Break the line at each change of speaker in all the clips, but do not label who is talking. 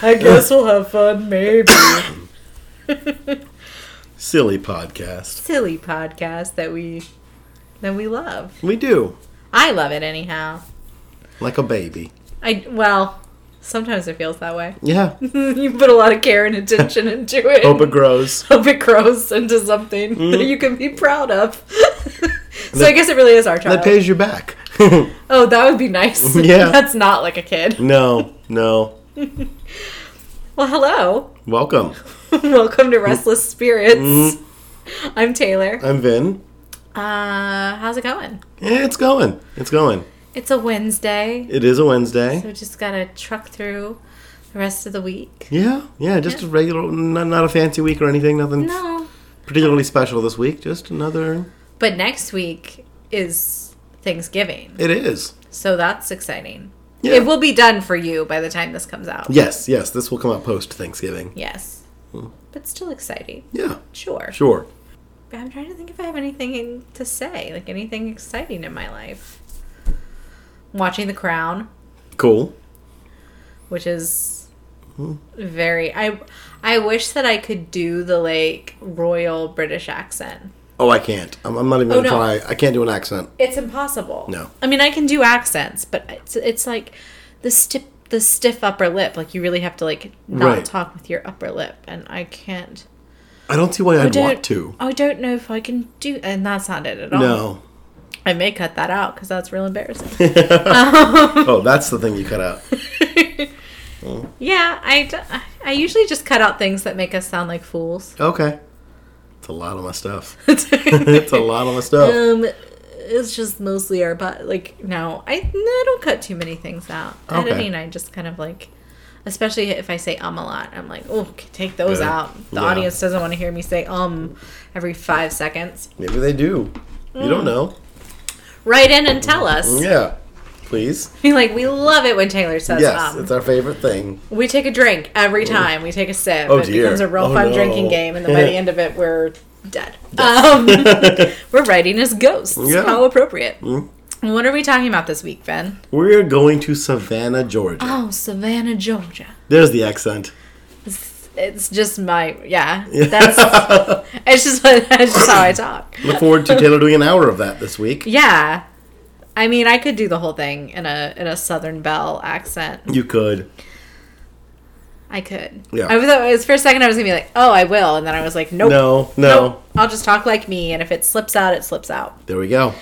I guess we'll have fun, maybe.
Silly podcast.
Silly podcast that we that we love.
We do.
I love it anyhow.
Like a baby.
I well, sometimes it feels that way.
Yeah.
you put a lot of care and attention into it. Mm-hmm.
Hope it grows.
Hope it grows into something that you can be proud of. so I guess it really is our child.
That pays you back.
oh, that would be nice.
Yeah.
That's not like a kid.
no, no.
Well, hello.
Welcome.
Welcome to Restless Spirits. I'm Taylor.
I'm Vin.
Uh, how's it going?
Yeah, it's going. It's going.
It's a Wednesday.
It is a Wednesday.
So just gotta truck through the rest of the week.
Yeah, yeah. Just a regular, not, not a fancy week or anything. Nothing
No.
particularly special this week. Just another.
But next week is Thanksgiving.
It is.
So that's exciting.
Yeah.
It will be done for you by the time this comes out.
Yes, yes. This will come out post Thanksgiving.
Yes. But still exciting.
Yeah.
Sure.
Sure.
I'm trying to think if I have anything in- to say, like anything exciting in my life. Watching The Crown,
Cool.
which is very I I wish that I could do the like royal British accent.
Oh, I can't. I'm, I'm not even
Oh,
gonna
no.
try. I can't do an accent.
It's impossible.
No.
I mean, I can do accents, but it's it's like the stiff the stiff upper lip. Like you really have to like not
Right.
talk with your upper lip, and I can't.
I don't see why I'd
I don't-
want to.
I don't know if I can do, and that's not it at all.
No.
I may cut that out because that's real embarrassing.
Oh, that's the thing you cut out.
yeah, I d- I usually just cut out things that make us sound like fools.
Okay. It's a lot of my stuff.
it's
It's a lot of my stuff.
Um, it's just mostly our but like no, I no, I don't cut too many things out.
Okay.
Editing, I just kind of like, especially if I say um a lot, I'm like, oh, okay, take those
Good.
out. The
Yeah.
audience doesn't want to hear me say um every five seconds.
Maybe they do. You
Mm.
don't know.
Write in and tell us.
Yeah. Please.
Be like, we love it when Taylor says
yes,
um.
it's our favorite thing.
we take a drink every time. We take a sip.
Oh,
it
dear.
becomes a real
Oh,
fun
no.
drinking game, and then by the end of it, we're dead. Um, we're writing as ghosts.
Yeah. Mm-hmm.
How appropriate. What are we talking about this week, Ben?
We're going to Savannah, Georgia.
Oh, Savannah, Georgia.
There's the accent.
It's just my yeah. That's it's just that's just how I talk.
Look forward to Taylor doing an hour of that this week.
Yeah, I mean, I could do the whole thing in a in a Southern Belle accent.
You could.
I could.
Yeah.
I was, I was for a second I was gonna be like, oh, I will, and then I was like, nope,
No, no.
nope. I'll just talk like me, and if it slips out, it slips out.
There we go.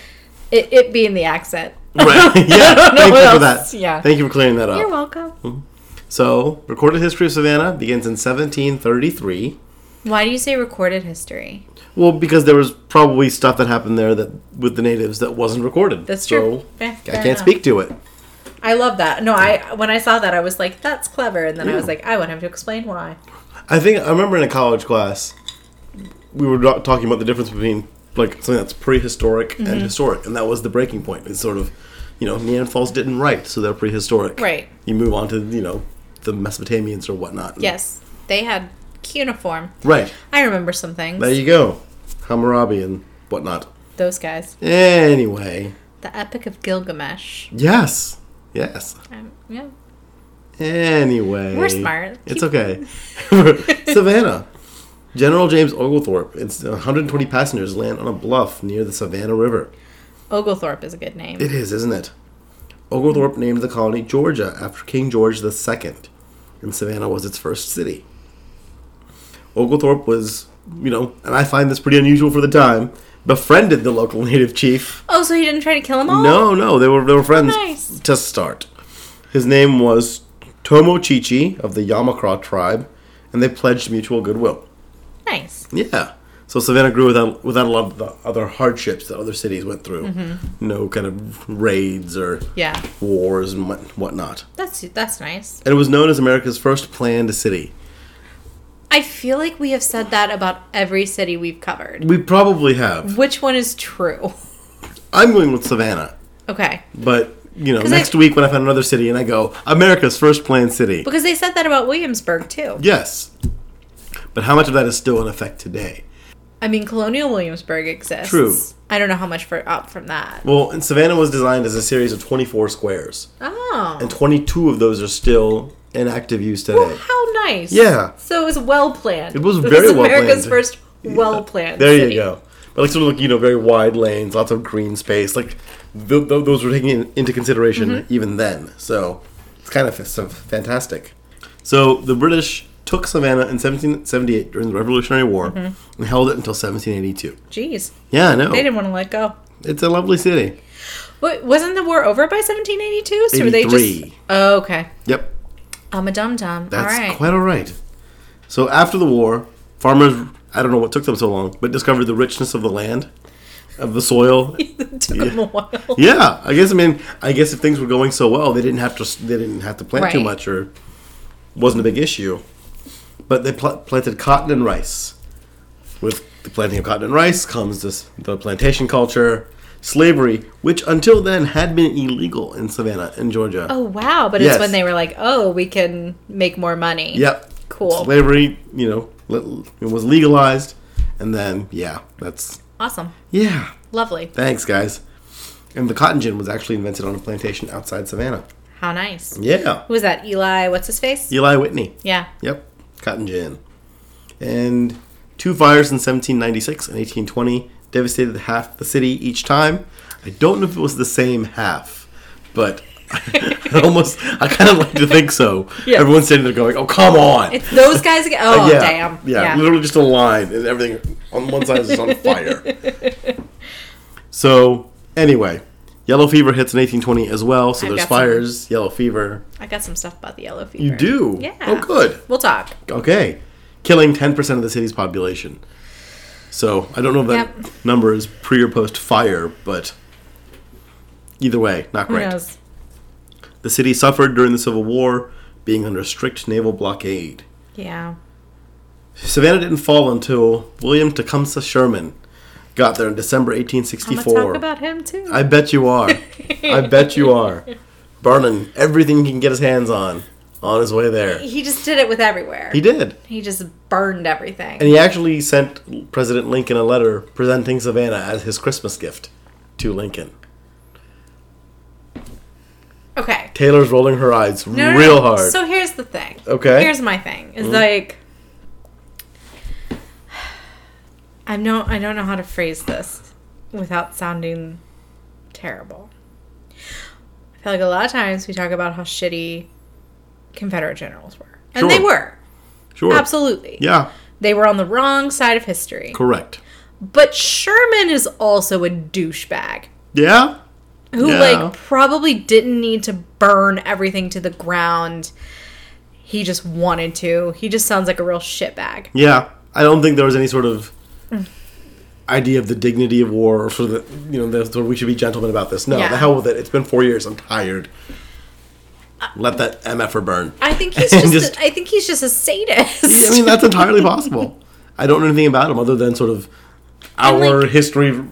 It it being the accent.
Right. Yeah. Thank
what
you for
else.
that.
Yeah.
Thank you for clearing that up.
You're
Hmm.
welcome.
So, recorded history of Savannah begins in 1733.
Why do you say recorded history?
Well, because there was probably stuff that happened there that with the natives that wasn't recorded.
That's
So,
true. Yeah,
I
fair
can't
enough.
speak to it.
I love that. No, I when I saw that I was like, that's clever, and then I was
Yeah.
like, I want him to explain why.
I think I remember in a college class we were do- talking about the difference between like something that's prehistoric
Mm-hmm.
and historic, and that was the breaking point. It's sort of, you know, Neanderthals didn't write, so they're prehistoric.
Right.
You move on to you know the Mesopotamians or whatnot. and-
Yes, they had cuneiform.
Right.
I remember some things.
There you go, Hammurabi and whatnot.
Those guys.
Anyway,
The Epic of Gilgamesh.
yes, yes.
Um, yeah.
Anyway,
We're smart.
It's okay. Savannah. General James Oglethorpe and 120 passengers land on a bluff near the Savannah River.
Oglethorpe is a good name.
It is, isn't it? Oglethorpe named the colony Georgia after King George II, and Savannah was its first city. Oglethorpe was, you know, and I find this pretty unusual for the time, befriended the local native chief.
oh, so he didn't try to kill them all?
No, no, they were they were friends
Oh. Nice.
to start. His name was Tomochichi of the Yamakra tribe, and they pledged mutual goodwill.
Nice.
Yeah. So Savannah grew without without a lot of the other hardships that other cities went through. No kind of raids or
Mm-hmm. Yeah.
wars and what whatnot.
That's that's nice.
And it was known as America's first planned city.
I feel like we have said that about every city we've covered.
We probably have.
Which one is true? Mm-hmm.
I'm going with Savannah,
Okay.
but you know,
'Cause I-
next week when I find another city and I go America's first planned city.
Because they said that about Williamsburg too.
Yes. But how much of that is still in effect today?
I mean, Colonial Williamsburg exists.
True.
I don't know how much for up from that.
Well, and Savannah was designed as a series of 24 squares,
Oh.
and 22 of those are still in active use today.
Well, how nice.
Yeah.
So it was well planned.
It was very well
America's
planned.
first well planned.
There you go. But like sort of like you know very wide lanes, lots of green space. Like th- th- those were taken in- into consideration
Mm-hmm.
even then. So it's kind of it's fantastic. So the British took Savannah in 1778 during the Revolutionary War and held it until 1782.
Jeez,
Yeah, I know.
Mm-hmm. they didn't want to let go.
It's a lovely city.
What, wasn't the war over by 1782? So were they just?
83.
Oh, okay.
Yep,
I'm a dum dum. All
That's
right.
quite all right. So after the war, farmers, I don't know what took them so long, but discovered the richness of the land, of the soil.
It took 'em a while.
yeah, I guess I mean, I guess if things were going so well, they didn't have to they didn't have to plant too
Right.
much or wasn't a big issue. But they pl- planted cotton and rice. With the planting of cotton and rice comes this the plantation culture, slavery, which until then had been illegal in Savannah in Georgia.
Oh wow! But
Yes.
it's when they were like, "Oh, we can make more money."
Yep.
Cool.
Slavery, you know, le- it was legalized, and then yeah, that's
Awesome.
yeah.
Lovely.
Thanks, guys. And the cotton gin was actually invented on a plantation outside Savannah.
How nice.
Yeah.
Who was that? Eli. What's his face?
Eli Whitney.
Yeah.
Yep. Cotton gin. And two fires in 1796 and 1820 devastated half the city each time. I don't know if it was the same half, but I almost I kind of like to think so.
Yeah.
Everyone's sitting there going, "Oh, come on."
It's those guys again. Oh
Uh, yeah,
damn.
Yeah, literally just a line, and everything on one side is just on fire. So, anyway, yellow fever hits in 1820 as well. So
I've
there's
got some.
fires, yellow fever.
I got some stuff about the yellow fever.
You do?
Yeah.
Oh, good.
We'll talk.
Okay, killing 10% of the city's population. So I don't know if that
Yep.
number is pre or post fire, but either way, not
Who
great.
knows?
The city suffered during the Civil War, being under strict naval blockade.
Yeah.
Savannah didn't fall until William Tecumseh Sherman got there in December
I'm gonna talk
1864.
about him too.
I bet you are. I bet you are. Burning everything he can get his hands on on his way there.
he just did it with everywhere.
He did.
He just burned everything.
And he actually sent President Lincoln a letter presenting Savannah as his Christmas gift to Lincoln.
okay.
Taylor's rolling her eyes
No, no,
real
no.
hard.
So here's the thing.
Okay. Mm-hmm.
Here's my thing. Is like I know I don't know how to phrase this without sounding terrible. I feel like a lot of times we talk about how shitty Confederate generals were. And they
Sure.
were.
sure.
Absolutely.
Yeah,
They were on the wrong side of history.
correct.
But Sherman is also a douchebag
Yeah?
who
Yeah.
like probably didn't need to burn everything to the ground. He just wanted to. He just sounds like a real shitbag.
Yeah, I don't think there was any sort of
Mm.
idea of the dignity of war, or for the you know, the, sort of, we should be gentlemen about this. No,
Yeah.
the hell with it. It's been four years. I'm tired. Let that mf'er burn.
I think he's
And
just,
just-
a, I think he's just a sadist.
I mean, that's entirely possible. I don't know anything about him other than sort of our
like-
history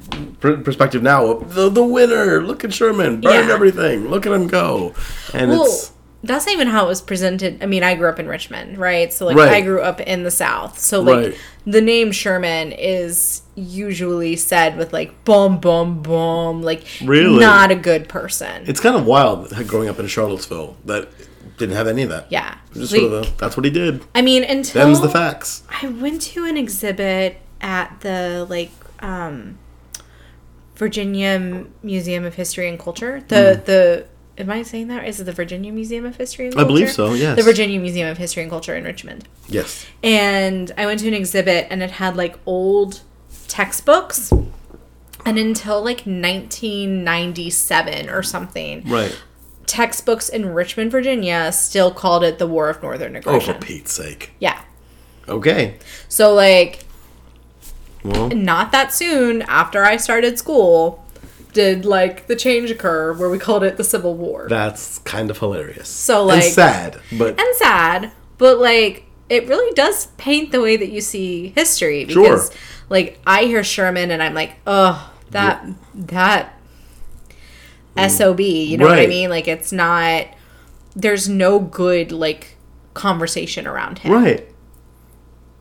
pr- perspective now. of The the winner. Look at Sherman. Burn
Yeah.
everything. Look at him go. And
well,
it's
that's not even how it was presented. I mean, I grew up in Richmond, right? So like
Right.
I grew up in the South. So like
Right.
the name Sherman is usually said with like boom boom boom like
Really?
not a good person.
it's kind of wild that growing up in Charlottesville that didn't have any of that.
yeah.
Just
Like,
sort of a, that's what he did.
I mean, until
Them's the facts.
I went to an exhibit at the like um Virginia Museum of History and Culture. The the am I saying that? Is it the Virginia Museum of History and
Hmm. I
Culture?
believe so, yes.
The Virginia Museum of History and Culture in Richmond.
Yes.
And I went to an exhibit and it had like old textbooks. And until like 1997 or something,
Right.
textbooks in Richmond, Virginia still called it the War of Northern
Oh, for
Aggression.
Pete's sake.
yeah.
Okay.
So like
Well,
not that soon after I started school did like the change occur where we called it the Civil War.
that's kind of hilarious.
So,
And
like-
sad, but
and sad, but like it really does paint the way that you see history because
Sure.
like I hear Sherman and I'm like, "Oh, that that SOB, you know what I
Mm. Right.
mean? Like it's not there's no good like conversation around him.
right,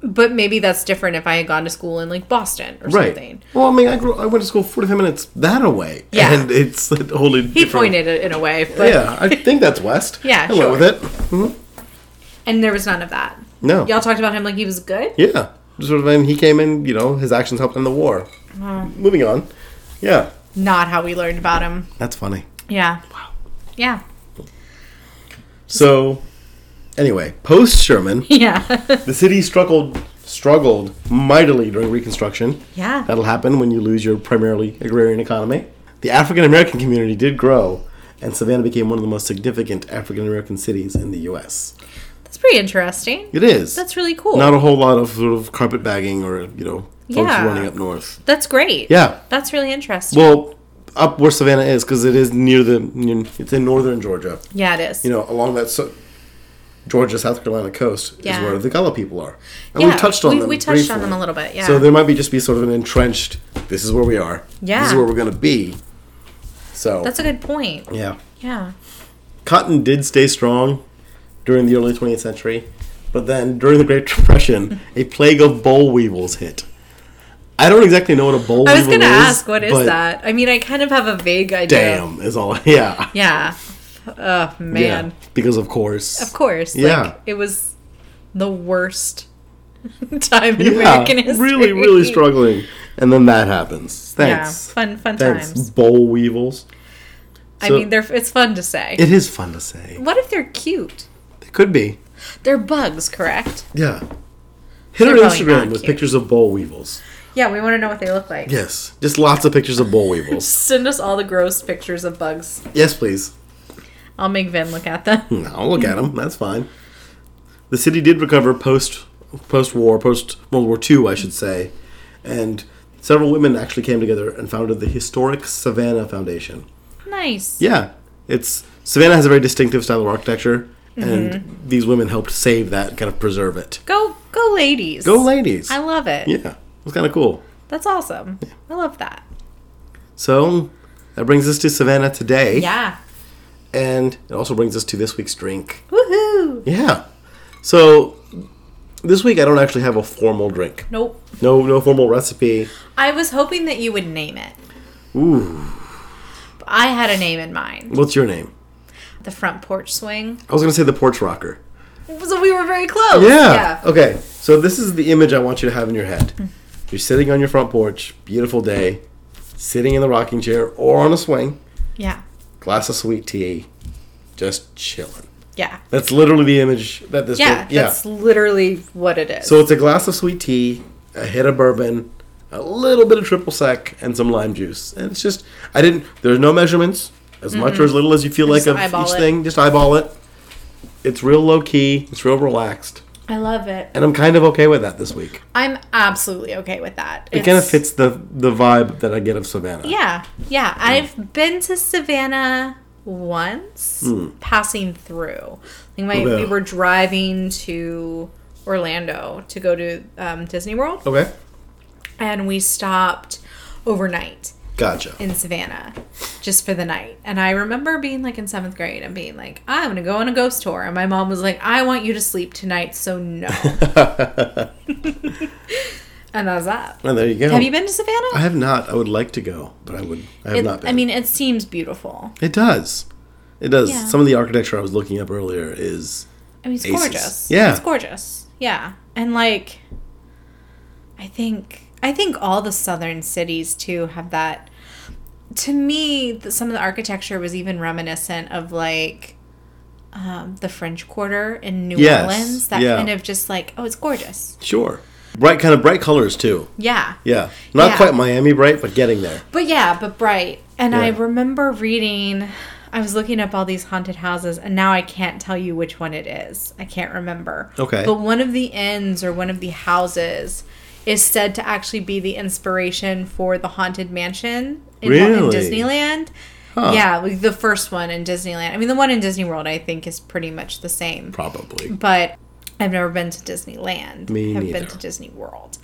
But maybe that's different if I had gone to school in like Boston or
right.
something.
Well, I mean, I grew. I went to school forty-five minutes that away.
Yeah.
and it's a totally.
He
different-
pointed it in a way, but
yeah, I think that's West.
Yeah,
I went
sure.
with it. Mhm.
And there was none of that.
No.
Y'all talked about him like he was good.
Yeah. Just sort of, and he came in, you know, his actions helped end the war.
Uh-huh.
Moving on. Yeah.
Not how we learned about him.
That's funny.
Yeah. Yeah.
So, anyway, post Sherman,
Yeah.
the city struggled struggled mightily during Reconstruction.
Yeah.
That'll happen when you lose your primarily agrarian economy. The African American community did grow, and Savannah became one of the most significant African American cities in the U.S.
That's pretty interesting.
It is.
That's really cool.
Not a whole lot of sort of carpet bagging or you know folks
Yeah.
running up north.
That's great.
Yeah.
That's really interesting.
Well, up where Savannah is because it is near the near- it's in northern Georgia.
yeah, it is.
You know, along that so- Georgia South Carolina coast
Yeah.
is where the Gullah people are, and
yeah,
we've touched on
we,
them.
We touched on them
briefly.
a little bit. Yeah.
So there might be just be sort of an entrenched. This is where we are. This is
Yeah.
where we're gonna be. So
That's a good point.
yeah,
Yeah.
cotton did stay strong during the early 20th century, but then during the Great Depression, a plague of boll weevils hit. I don't exactly know what a boll weevil
I
is.
was gonna ask, what
but
is that? I mean, I kind of have a vague idea.
Damn is all. Yeah,
Yeah. Oh man.
yeah. Because of course,
Of course.
Yeah.
Like, it was the worst time in
yeah,
American history.
really, really struggling, and then that happens. Thanks,
Yeah. Fun, fun
thanks,
times.
boll weevils.
I
So-
mean, they're it's fun to say.
It is fun to say.
what if they're cute?
It could be.
They're bugs, correct?
Yeah. Hit
They're
our
probably not
Instagram with
cute.
pictures of boll weevils.
Yeah, we want to know what they look like.
Yes, just lots of pictures of boll weevils.
Send us all the gross pictures of bugs.
yes, please.
I'll make Vin look at them.
I'll look at him. That's fine. The city did recover post post war, post World War II, I should say, and several women actually came together and founded the historic Savannah Foundation.
Nice.
Yeah, it's Savannah has a very distinctive style of architecture, and
Mm-hmm.
these women helped save that, kind of preserve it.
Go, go, ladies.
Go, ladies!
I love it.
yeah, it's kind of cool.
That's awesome. I love that.
So that brings us to Savannah today,
Yeah.
and it also brings us to this week's drink.
Woohoo.
Yeah. So this week I don't actually have a formal drink.
Nope.
No, no formal recipe.
I was hoping that you would name it.
Ooh,
I had a name in mind.
what's your name?
The front porch swing.
I was gonna say the porch rocker.
So we were very close.
Okay. So this is the image I want you to have in your head.
Hmm.
You're sitting on your front porch, beautiful day, sitting in the rocking chair or on a swing,
Yeah.
glass of sweet tea, just chilling.
Yeah.
That's literally the image that this.
Yeah.
would- yeah.
That's literally what it is.
so it's a glass of sweet tea, a hit of bourbon, a little bit of triple sec, and some lime juice, and it's just I didn't. There's no measurements, as much or as little as you feel like
Just
of
eyeball
each
it.
thing. Just eyeball it. It's real low key. It's real relaxed,
I love it.
and I'm kind of okay with that this week.
I'm absolutely okay with that.
It kind of fits the the vibe that I get of Savannah.
Yeah. Yeah. I've been to Savannah once,
Hmm.
passing through. Like my, we
Ugh.
were driving to Orlando to go to um, Disney World,
Okay.
and we stopped overnight.
Gotcha.
in Savannah just for the night. And I remember being like in seventh grade and being like, I'm gonna go on a ghost tour. And my mom was like, I want you to sleep tonight, so no. and that was that.
And there you go.
Have you been to
I
Savannah?
have not. I would like to go, but I would. I have
It-
not been.
I mean, it seems beautiful.
it does. It does.
Yeah.
Some of the architecture I was looking up earlier is
I mean, it's
Aces.
gorgeous.
Yeah.
It's gorgeous. Yeah. And like, I think, I think all the southern cities too have that. To me, the, some of the architecture was even reminiscent of like um, the French Quarter in New
Yes.
Orleans. That
Yeah.
kind of just like, oh, it's gorgeous.
sure bright, kind of bright colors too.
Yeah.
Yeah. Not
Yeah.
quite Miami bright, but getting there.
But yeah, but bright. And I
Yeah.
remember reading, I was looking up all these haunted houses, and now I can't tell you which one it is. I can't remember.
Okay.
But one of the inns or one of the houses is said to actually be the inspiration for the Haunted Mansion in, in
Really?
Disneyland. Yeah, like the first one in Disneyland. I mean, the one in Disney World, I think, is pretty much the same
Probably.
but I've never been to Disneyland.
Me
I've
neither.
been to Disney World.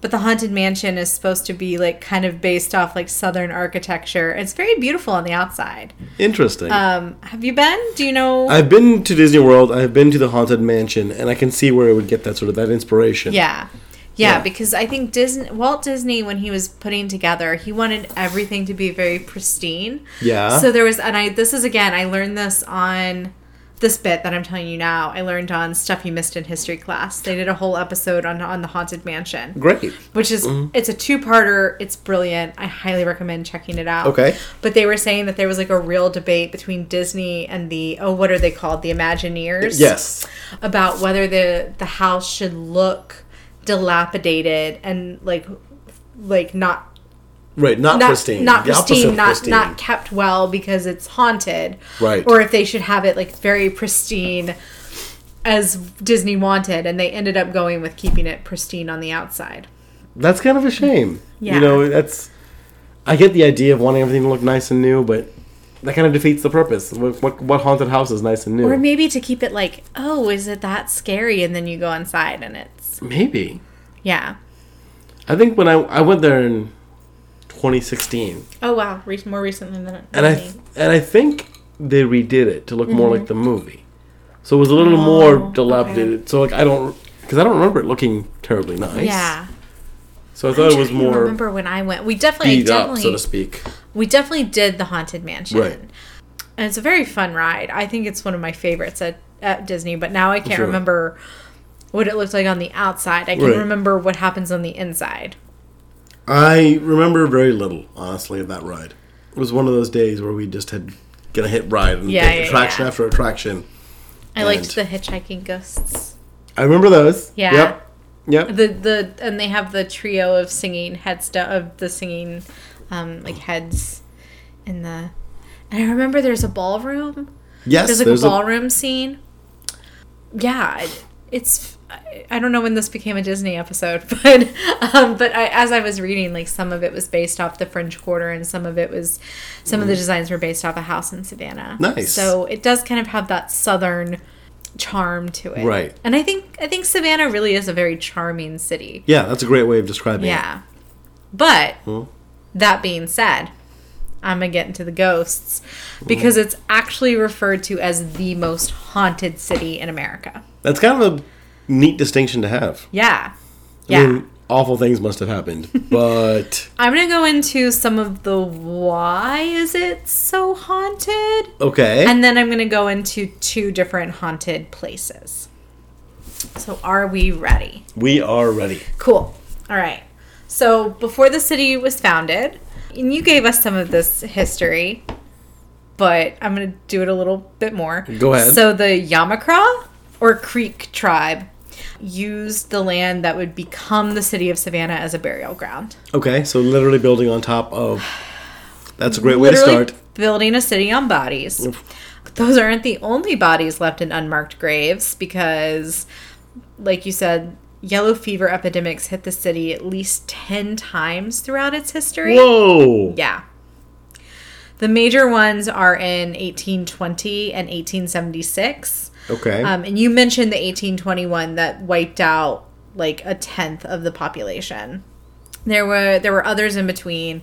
But the Haunted Mansion is supposed to be like kind of based off like southern architecture. It's very beautiful on the outside.
Interesting.
Um, have you been? Do you know?
I've been to Disney World. I've been to the Haunted Mansion, and I can see where it would get that sort of that inspiration.
yeah. yeah.
Yeah.
because I think Disney Walt Disney when he was putting together, he wanted everything to be very pristine.
Yeah.
So there was and I this is again, I learned this on this bit that I'm telling you now, I learned on stuff you missed in history class. They did a whole episode on on the haunted mansion,
Great.
which is
Mm.
it's a two parter. It's brilliant. I highly recommend checking it out.
Okay.
But they were saying that there was like a real debate between Disney and the oh what are they called the Imagineers?
Yes.
about whether the the house should look dilapidated and like like not
Right. Not,
not
pristine.
not
The opposite
pristine,
of
not
pristine.
not kept well because it's haunted,
Right.
Or if they should have it like very pristine, as Disney wanted, and they ended up going with keeping it pristine on the outside.
That's kind of a shame.
Yeah.
You know, that's. I get the idea of wanting everything to look nice and new, but that kind of defeats the purpose. What, what, what haunted house is nice and new?
Or maybe to keep it like, oh, is it that scary? And then you go inside and it's
Maybe.
yeah.
I think when I I went there in 2016,
Oh wow, Re- more recently than
and I
than me.
and I think they redid it to look more
Mm-hmm.
like the movie, so it was a little
Oh,
more dilapidated. So like I don't because I don't remember it looking terribly nice.
yeah.
So I thought it
I'm
was
trying to
more
Remember when I went? We definitely,
beat up,
definitely,
so to speak.
we definitely did the haunted mansion
Right.
and it's a very fun ride i think it's one of my favorites at, at disney but now i can't
Sure.
remember what it looked like on the outside i can
Right.
remember what happens on the inside
I remember very little, honestly, of that ride. It was one of those days where we just had gonna hit ride and
Yeah,
hit
yeah,
attraction
yeah.
after attraction.
i liked the hitchhiking ghosts
I remember those.
Yeah.
Yep. Yep.
the the and they have the trio of singing headstone of the singing um like heads in the and i remember there's a ballroom
Yes.
there's like
there's
a
a-
ballroom scene yeah it- it's I- i don't know when this became a disney episode but um but I, as i was reading like some of it was based off the french quarter and some of it was some of the designs were based off a house in savannah
Mm. Nice.
so it does kind of have that southern charm to it
Right.
and i think i think savannah really is a very charming city
yeah, that's a great way of describing it.
yeah but
Mhm.
that being said I'm gonna get into the ghosts because
Hmm.
it's actually referred to as the most haunted city in America.
That's kind of a neat distinction to have.
Yeah.
I
Yeah. I
mean, awful things must have happened, but
am gonna go into some of the why is it so haunted?
okay.
And then I'm gonna go into two different haunted places. So are we ready?
we are ready.
Cool. All right. So before the city was founded, and you gave us some of this history, but I'm going to do it a little bit more.
Go ahead.
So the Yamakra or Creek tribe used the land that would become the city of Savannah as a burial ground.
Okay, so literally building on top of. That's a great way
Literally
to start.
building a city on bodies. Those aren't the only bodies left in unmarked graves because, like you said, yellow fever epidemics hit the city at least 10 times throughout its history.
Whoa!
Yeah. The major ones are in 1820 and 1876.
Okay.
Um, and you mentioned the 1821 that wiped out like a tenth of the population. There were there were others in between,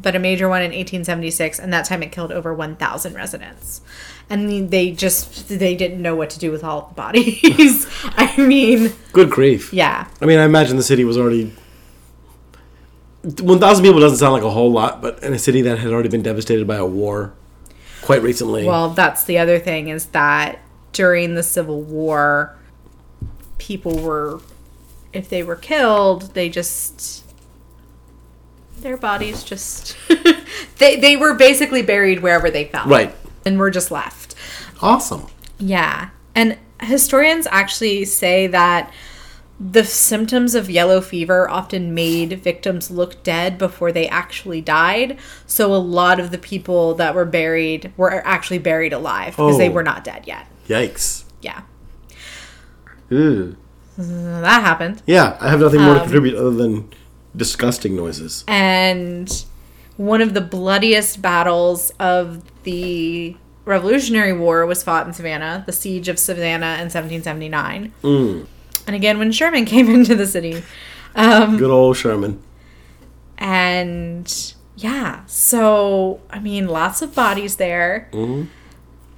but a major one in 1876, and that time it killed over 1,000 residents. And they just they didn't know what to do with all the bodies. I mean,
Good grief.
yeah,
I mean, I imagine the city was already. 1,000 people doesn't sound like a whole lot, but in a city that had already been devastated by a war quite recently.
Well, that's the other thing is that during the Civil War, people were, if they were killed, they just, their bodies just, they, they were basically buried wherever they fell.
right.
And were just left.
Awesome.
Yeah. And historians actually say that the symptoms of yellow fever often made victims look dead before they actually died. So a lot of the people that were buried were actually buried alive because they
Oh.
were not dead yet.
Yikes.
Yeah.
Ooh.
So that happened.
Yeah, I have nothing more to
Um,
contribute other than disgusting noises.
and one of the bloodiest battles of the Revolutionary War was fought in Savannah, the Siege of Savannah in 1779. And again, when Sherman came into the city. Um,
Good old Sherman.
and yeah, so, I mean, lots of bodies there.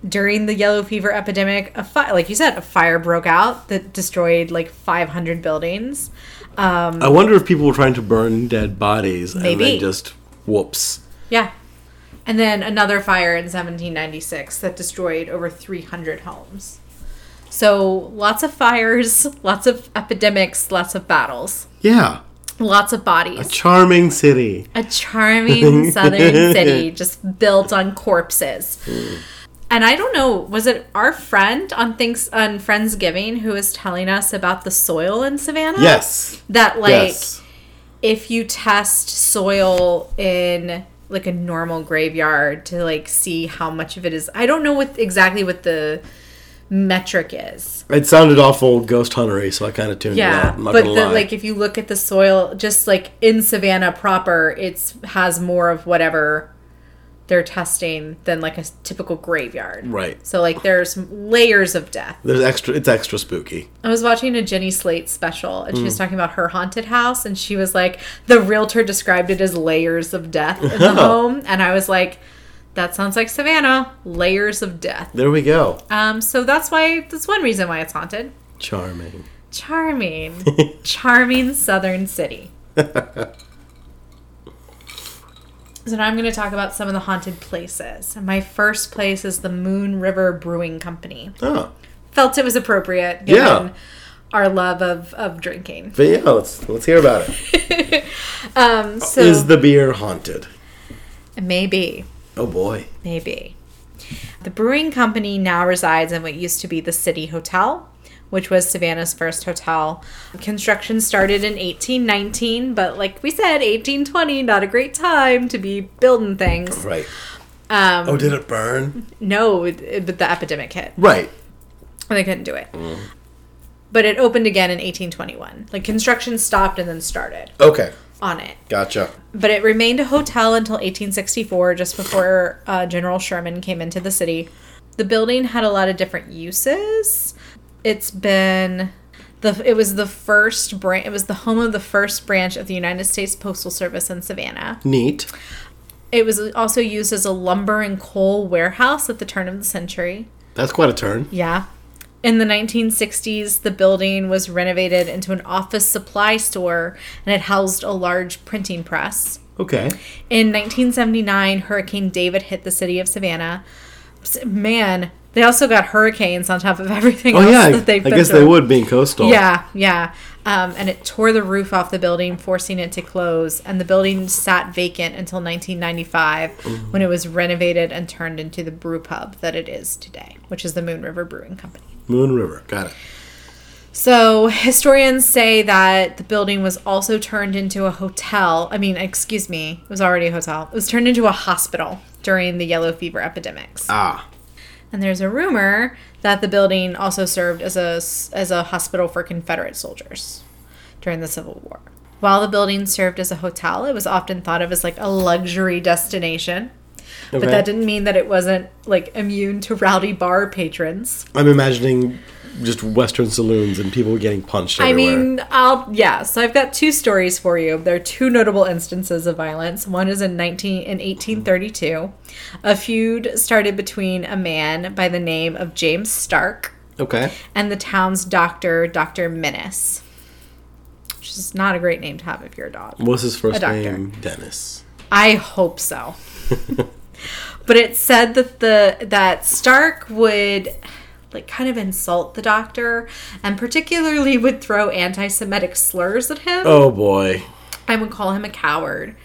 During the yellow fever epidemic, a fi- like you said, a fire broke out that destroyed like 500 buildings. Um,
I wonder if people were trying to burn dead bodies and
Maybe.
then just whoops.
Yeah. And then another fire in 1796 that destroyed over 300 homes. So lots of fires, lots of epidemics, lots of battles,
Yeah.
lots of
A
bodies.
charming city.
A charming southern city just built on corpses. And I don't know, was it our friend on things on Friendsgiving who was telling us about the soil in Savannah?
Yes.
That like
yes.
if you test soil in like a normal graveyard to like see how much of it is I don't know what exactly what the metric is.
It sounded awful ghost huntery, so I kind of tuned it out.
Yeah,
I'm not
but
gonna
the,
lie.
like if you look at the soil just like in Savannah proper, it's has more of whatever they're testing than like a s- typical graveyard.
Right.
So like there's layers of death.
There's extra. It's extra spooky.
I was watching a Jenny Slate special and she
Mm.
was talking about her haunted house and she was like the realtor described it as layers of death in
Oh.
the home and I was like that sounds like Savannah layers of death.
There we go.
Um so that's why that's one reason why it's haunted.
Charming.
Charming. Charming southern city. so now I'm going to talk about some of the haunted places. And my first place is the Moon River Brewing Company.
Oh,
Felt it was appropriate given
Yeah.
our love of, of drinking.
but yeah, let's let's hear about it. Is
Um, so
the beer haunted?
maybe,
Oh boy.
maybe. The brewing company now resides in what used to be the City Hotel, which was Savannah's first hotel. Construction started in 1819, but like we said, 1820, not a great time to be building things.
Right.
Um,
Oh, did it burn?
No, it- but the epidemic hit.
Right.
and they couldn't do it. But it opened again in 1821. Like construction stopped and then started
Okay.
on it.
Gotcha.
But it remained a hotel until 1864, just before uh, General Sherman came into the city. The building had a lot of different uses. It's been the it was the first branch. It was the home of the first branch of the United States Postal Service in Savannah.
Neat.
It was also used as a lumber and coal warehouse at the turn of the century.
That's quite a turn.
Yeah. In the 1960s, the building was renovated into an office supply store and it housed a large printing press.
Okay.
In 1979, Hurricane David hit the city of Savannah. S- Man, they also got hurricanes on top of everything
Oh
else
yeah.
that
I, I
they've been
guess
through.
they would being coastal.
Yeah, yeah. Um, and it tore the roof off the building, forcing it to close. And the building sat vacant until 1995 when it was renovated and turned into the brew pub that it is today, which is the Moon River Brewing Company.
Moon River. Got it.
So, historians say that the building was also turned into a hotel. I mean, excuse me, it was already a hotel. It was turned into a hospital during the yellow fever epidemics.
Ah.
And there's a rumor that the building also served as a as a hospital for Confederate soldiers during the Civil War. While the building served as a hotel, it was often thought of as like a luxury destination.
Okay.
But that didn't mean that it wasn't like immune to rowdy bar patrons.
I'm imagining just Western saloons and people getting punched
I
everywhere.
mean, I'll yeah. So I've got two stories for you. There are two notable instances of violence. One is in nineteen in eighteen thirty two, a feud started between a man by the name of James Stark
okay.
and the town's doctor, Doctor Menace, which is not a great name to have if you're a dog.
What's his first
doctor.
name? Dennis.
I hope so. but it said that the that Stark would like kind of insult the doctor and particularly would throw anti-Semitic slurs at him
Oh boy.
and would call him a coward.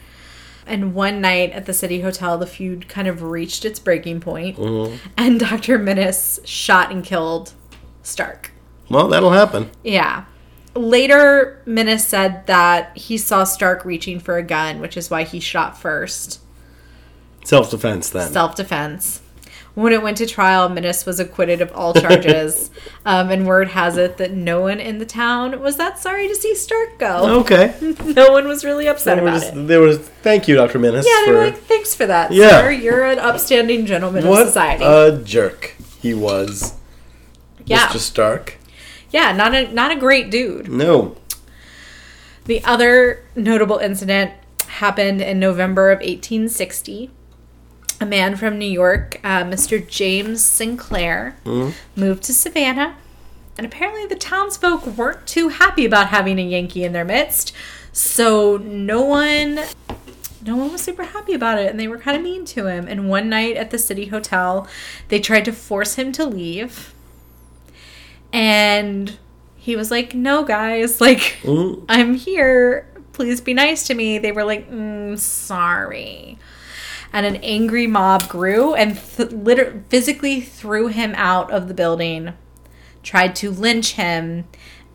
And one night at the city hotel, the feud kind of reached its breaking point, and Dr. Menace shot and killed Stark.
Well, that'll happen.
Yeah. Later, Menace said that he saw Stark reaching for a gun, which is why he shot first.
Self defense then.
Self defense. When it went to trial, Menace was acquitted of all charges. um, and word has it that no one in the town was that sorry to see Stark go.
okay.
No one was really upset
They were
about
just-
it.
they were- thank you, Dr. Menace,
Yeah, they
for
were like, thanks for that,
Yeah.
sir. You're an upstanding gentleman
what uh,
of society.
a jerk he was.
yeah.
Mr. Stark.
yeah, not a not a great dude.
No.
The other notable incident happened in November of 1860. A man from New York, uh, Mr. James Sinclair,
Hmm?
moved to Savannah, and apparently the townsfolk weren't too happy about having a Yankee in their midst. So no one no one was super happy about it and they were kind of mean to him. And one night at the city hotel, they tried to force him to leave. And he was like, "No, guys, like
Mm.
I'm here. Please be nice to me." They were like, mm, "Sorry." And an angry mob grew and th- liter- physically threw him out of the building, tried to lynch him,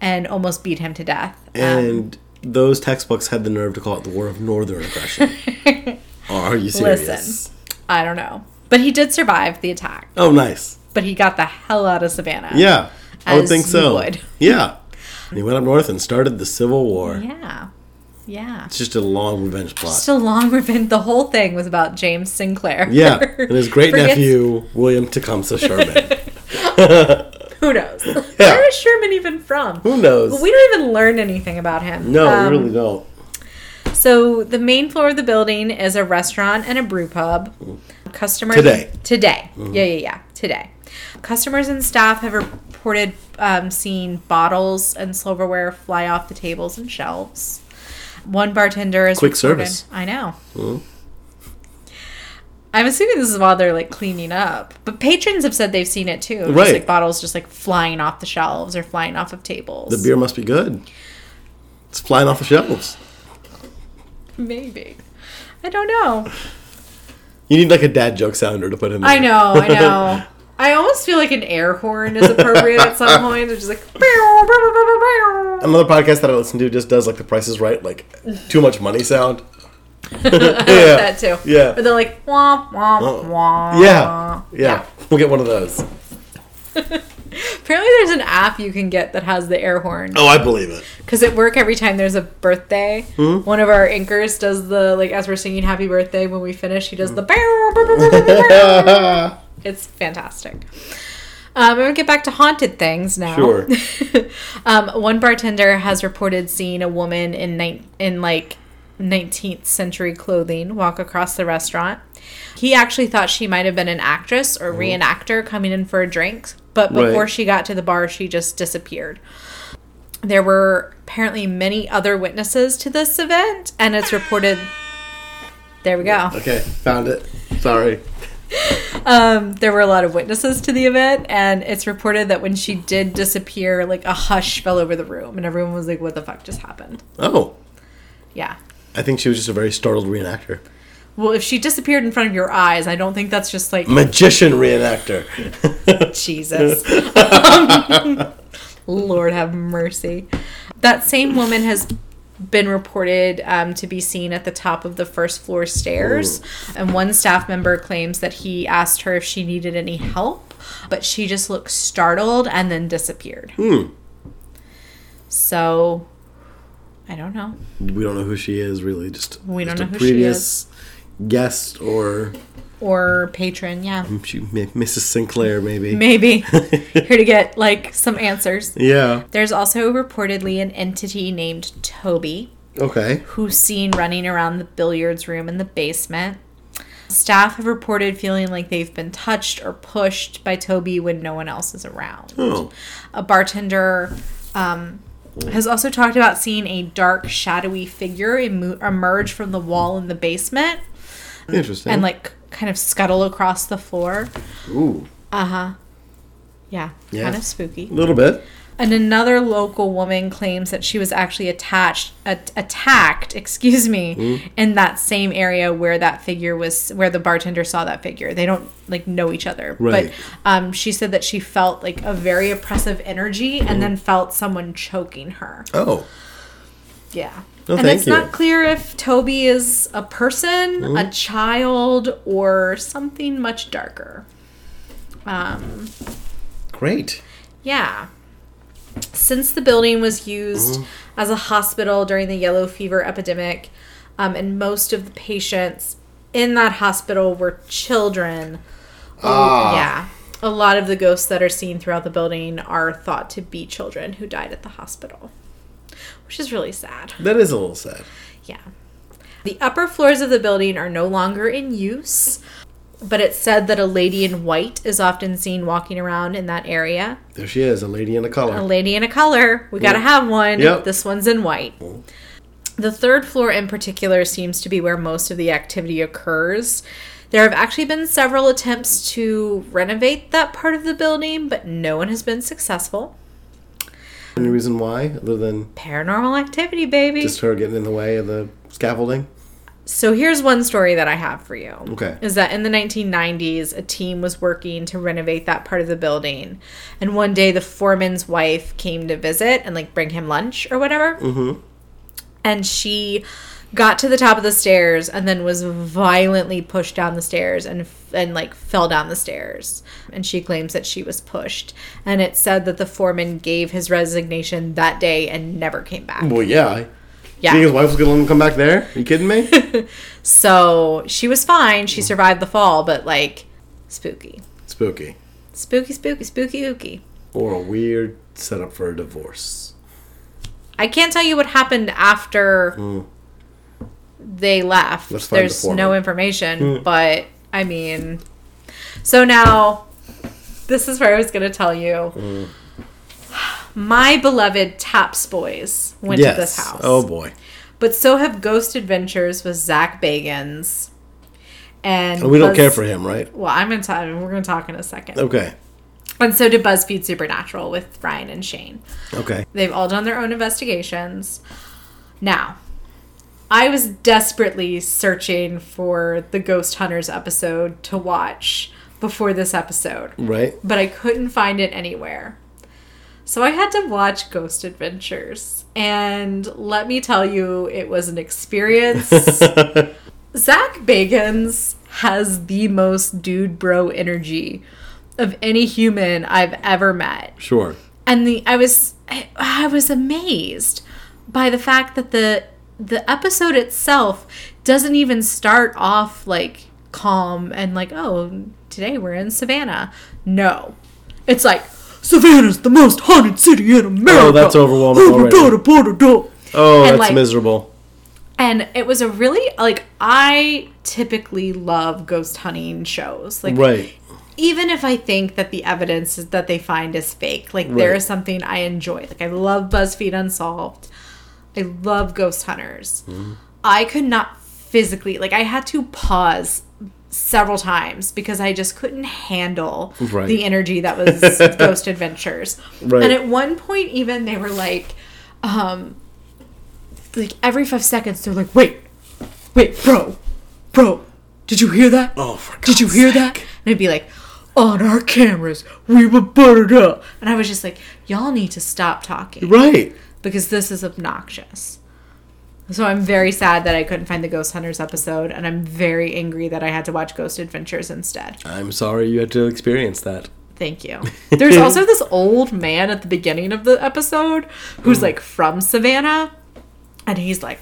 and almost beat him to death. Um,
And those textbooks had the nerve to call it the War of Northern Aggression. Are you serious?
Listen. I don't know. But he did survive the attack.
Oh, nice.
But he got the hell out of Savannah.
Yeah, I would
As
think
you
so.
would.
Yeah. And he went up north and started the Civil War.
Yeah. Yeah.
It's just a long revenge plot.
Just a long revenge. The whole thing was about James Sinclair.
yeah, and his great
Forgets-
nephew William Tecumseh Sherman.
Who knows? Where is Sherman even from?
Who knows?
We don't even learn anything about him.
no,
Um,
we really don't.
So the main floor of the building is a restaurant and a brew pub. Customers
Today. Mm-hmm.
Today. Yeah, yeah, yeah. Today. Customers and staff have reported um, seeing bottles and silverware fly off the tables and shelves. One bartender is
Quick
reported-
service.
I know.
Mhm.
I'm assuming this is while they're like cleaning up, but patrons have said they've seen it too. Just,
Right.
like bottles just like flying off the shelves or flying off of tables.
The beer must be good. It's flying off the shelves.
Maybe. I don't know.
You need like a dad joke sounder to put in there.
I know, I know. I almost feel like an air horn is appropriate at some point. It's just like.
Another podcast that I listen to just does like the Price is Right, like too much money sound. yeah.
That too.
Yeah. Oh,
But they're like, womp, womp, womp.
yeah. Yeah. We'll get one of those.
Apparently, there's an app you can get that has the air horn.
Oh, I believe it.
Because at work, every time there's a birthday,
Hmm?
one of our anchors does the, like, as we're singing happy birthday, when we finish, he does
Hmm.
the. It's fantastic. Um, I'm gonna get back to haunted things now.
Sure.
um, one bartender has reported seeing a woman in nine in like 19th century clothing walk across the restaurant. He actually thought she might have been an actress or reenactor coming in for a drink, but
Mm-hmm. Right.
before she got to the bar, she just disappeared. There were apparently many other witnesses to this event, and it's reported. There we go.
okay, found it. Sorry.
Um, there were a lot of witnesses to the event, and it's reported that when she did disappear, like a hush fell over the room, and everyone was like, "What the fuck just happened?"
Oh,
Yeah.
I think she was just a very startled reenactor.
Well, if she disappeared in front of your eyes, I don't think that's just like
Magician reenactor.
Jesus. Lord have mercy. That same woman has been reported um, to be seen at the top of the first floor stairs. And one staff member claims that he asked her if she needed any help, but she just looked startled and then disappeared. So, I don't know.
we don't know who she is, really. Just
We don't
just
know who she
previous guest or
Or patron, yeah.
she, m- Mrs. Sinclair, maybe.
Maybe. Here to get like some answers.
yeah.
There's also reportedly an entity named Toby.
Okay.
who's seen running around the billiards room in the basement. Staff have reported feeling like they've been touched or pushed by Toby when no one else is around.
Oh.
A bartender um, has also talked about seeing a dark, shadowy figure emo- emerge from the wall in the basement
Interesting.
and like kind of scuttle across the floor.
Ooh.
Yeah,
Yeah.
kind of
A
spooky.
little bit.
And another local woman claims that she was actually attached, at, attacked, excuse me, in that same area where that figure was, where the bartender saw that figure. They don't like know each other,
Right.
but um, she said that she felt like a very oppressive energy, and
Mm.
then felt someone choking her.
Oh.
Yeah.
No,
and
thank
it's
you. Mm.
not clear if Toby is a person, a child, or something much darker. Um,
Great.
yeah. Since the building was used as a hospital during the yellow fever epidemic, um, and most of the patients in that hospital were children, oh,
Ah.
yeah. A lot of the ghosts that are seen throughout the building are thought to be children who died at the hospital, which is really sad.
That is a little sad.
Yeah. The upper floors of the building are no longer in use, but it's said that a lady in white is often seen walking around in that area.
There she is, a lady in a collar.
A lady in a color. We gotta have one.
Yep.
This one's in white. The third floor in particular seems to be where most of the activity occurs. There have actually been several attempts to renovate that part of the building, but no one has been successful.
Any reason why, other than
Paranormal activity, baby.
just her getting in the way of the scaffolding?
So here's one story that I have for you.
Okay.
Is that in the 1990s, a team was working to renovate that part of the building. And one day the foreman's wife came to visit and like bring him lunch or whatever. Mm-hmm. And she got to the top of the stairs and then was violently pushed down the stairs and and like fell down the stairs and she claims that she was pushed and it said that the foreman gave his resignation that day and never came back
Well, yeah.
Yeah.
Yeah. Think his wife was gonna let him come back there? Are you kidding me?
So she was fine. She survived the fall, but like spooky.
Spooky.
Spooky, spooky, spooky, ooky.
Or a weird setup for a divorce.
I can't tell you what happened after they left.
Mm. Let's find the Mm.
There's
foreman.
no information, but I mean. So now, this is where I was going to tell you.
Mm.
My beloved Taps Boys went to this house.
Oh boy.
But so have Ghost Adventures with Zach Bagans. And
And we don't
Buzz-
care for him, Oh. right?
Well, I'm gonna talk. We're gonna talk in a second.
Okay.
And so did BuzzFeed Supernatural with Ryan and Shane.
Okay.
They've all done their own investigations. Now, I was desperately searching for the Ghost Hunters episode to watch before this episode,
Right?
but I couldn't find it anywhere. So I had to watch Ghost Adventures. And let me tell you, it was an experience. Zach Bagans has the most dude bro energy of any human I've ever met.
Sure.
And the I was I, I was amazed by the fact that the the episode itself doesn't even start off like calm and like oh today we're in Savannah. No. It's like Savannah's the most haunted city in America.
that's overwhelming
Oh my
already.
God, da, da, da, da."
Oh,
And,
that's
like-
miserable.
and it was a really like I typically love ghost hunting shows. Like
Right.
even if I think that the evidence is- that they find is fake, like there
Right.
is something I enjoy. Like I love BuzzFeed Unsolved. I love Ghost Hunters.
Mm-hmm.
I could not physically like I had to pause several times because I just couldn't handle
Right.
the energy that was Ghost Adventures.
Right.
And at one point even they were like um like every 5 seconds they're like wait wait bro bro did you hear that?
Oh, for
Did you hear that? And I'd be like, on our cameras, we were buttered up. And I was just like, y'all need to stop talking
Right.
because this is obnoxious. So I'm very sad that I couldn't find the Ghost Hunters episode, and I'm very angry that I had to watch Ghost Adventures instead.
I'm sorry you had to experience that.
Thank you. There's also this old man at the beginning of the episode
Hmm.
who's like from Savannah, and he's like,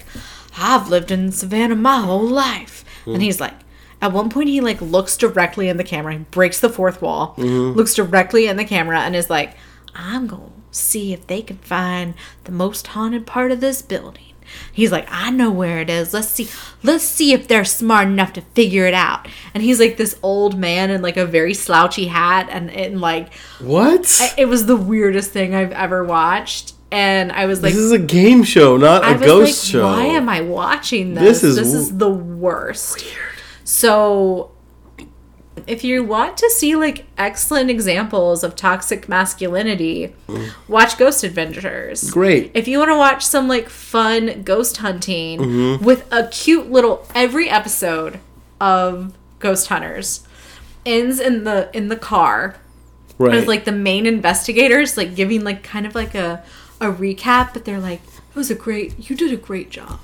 I've lived in Savannah my whole life. And he's like, at one point, he like looks directly in the camera, he breaks the fourth wall, looks directly in the camera, and is like, I'm gonna see if they can find the most haunted part of this building. He's like, I know where it is. Let's see. Let's see if they're smart enough to figure it out. And he's like this old man in like a very slouchy hat and in like
What?
it was the weirdest thing I've ever watched. And I was like,
this is a game show, not
I
a
was
ghost
like,
show.
why am I watching this?
This
This is
is
the worst. So if you want to see like excellent examples of toxic masculinity, watch Ghost Adventures.
Mm-hmm. Great.
If you want to watch some like fun ghost hunting
Mm-hmm.
with a cute little every episode of Ghost Hunters ends in the in the car
right.
was like the main investigators like giving like kind of like a a recap but they're like it was a great you did a great job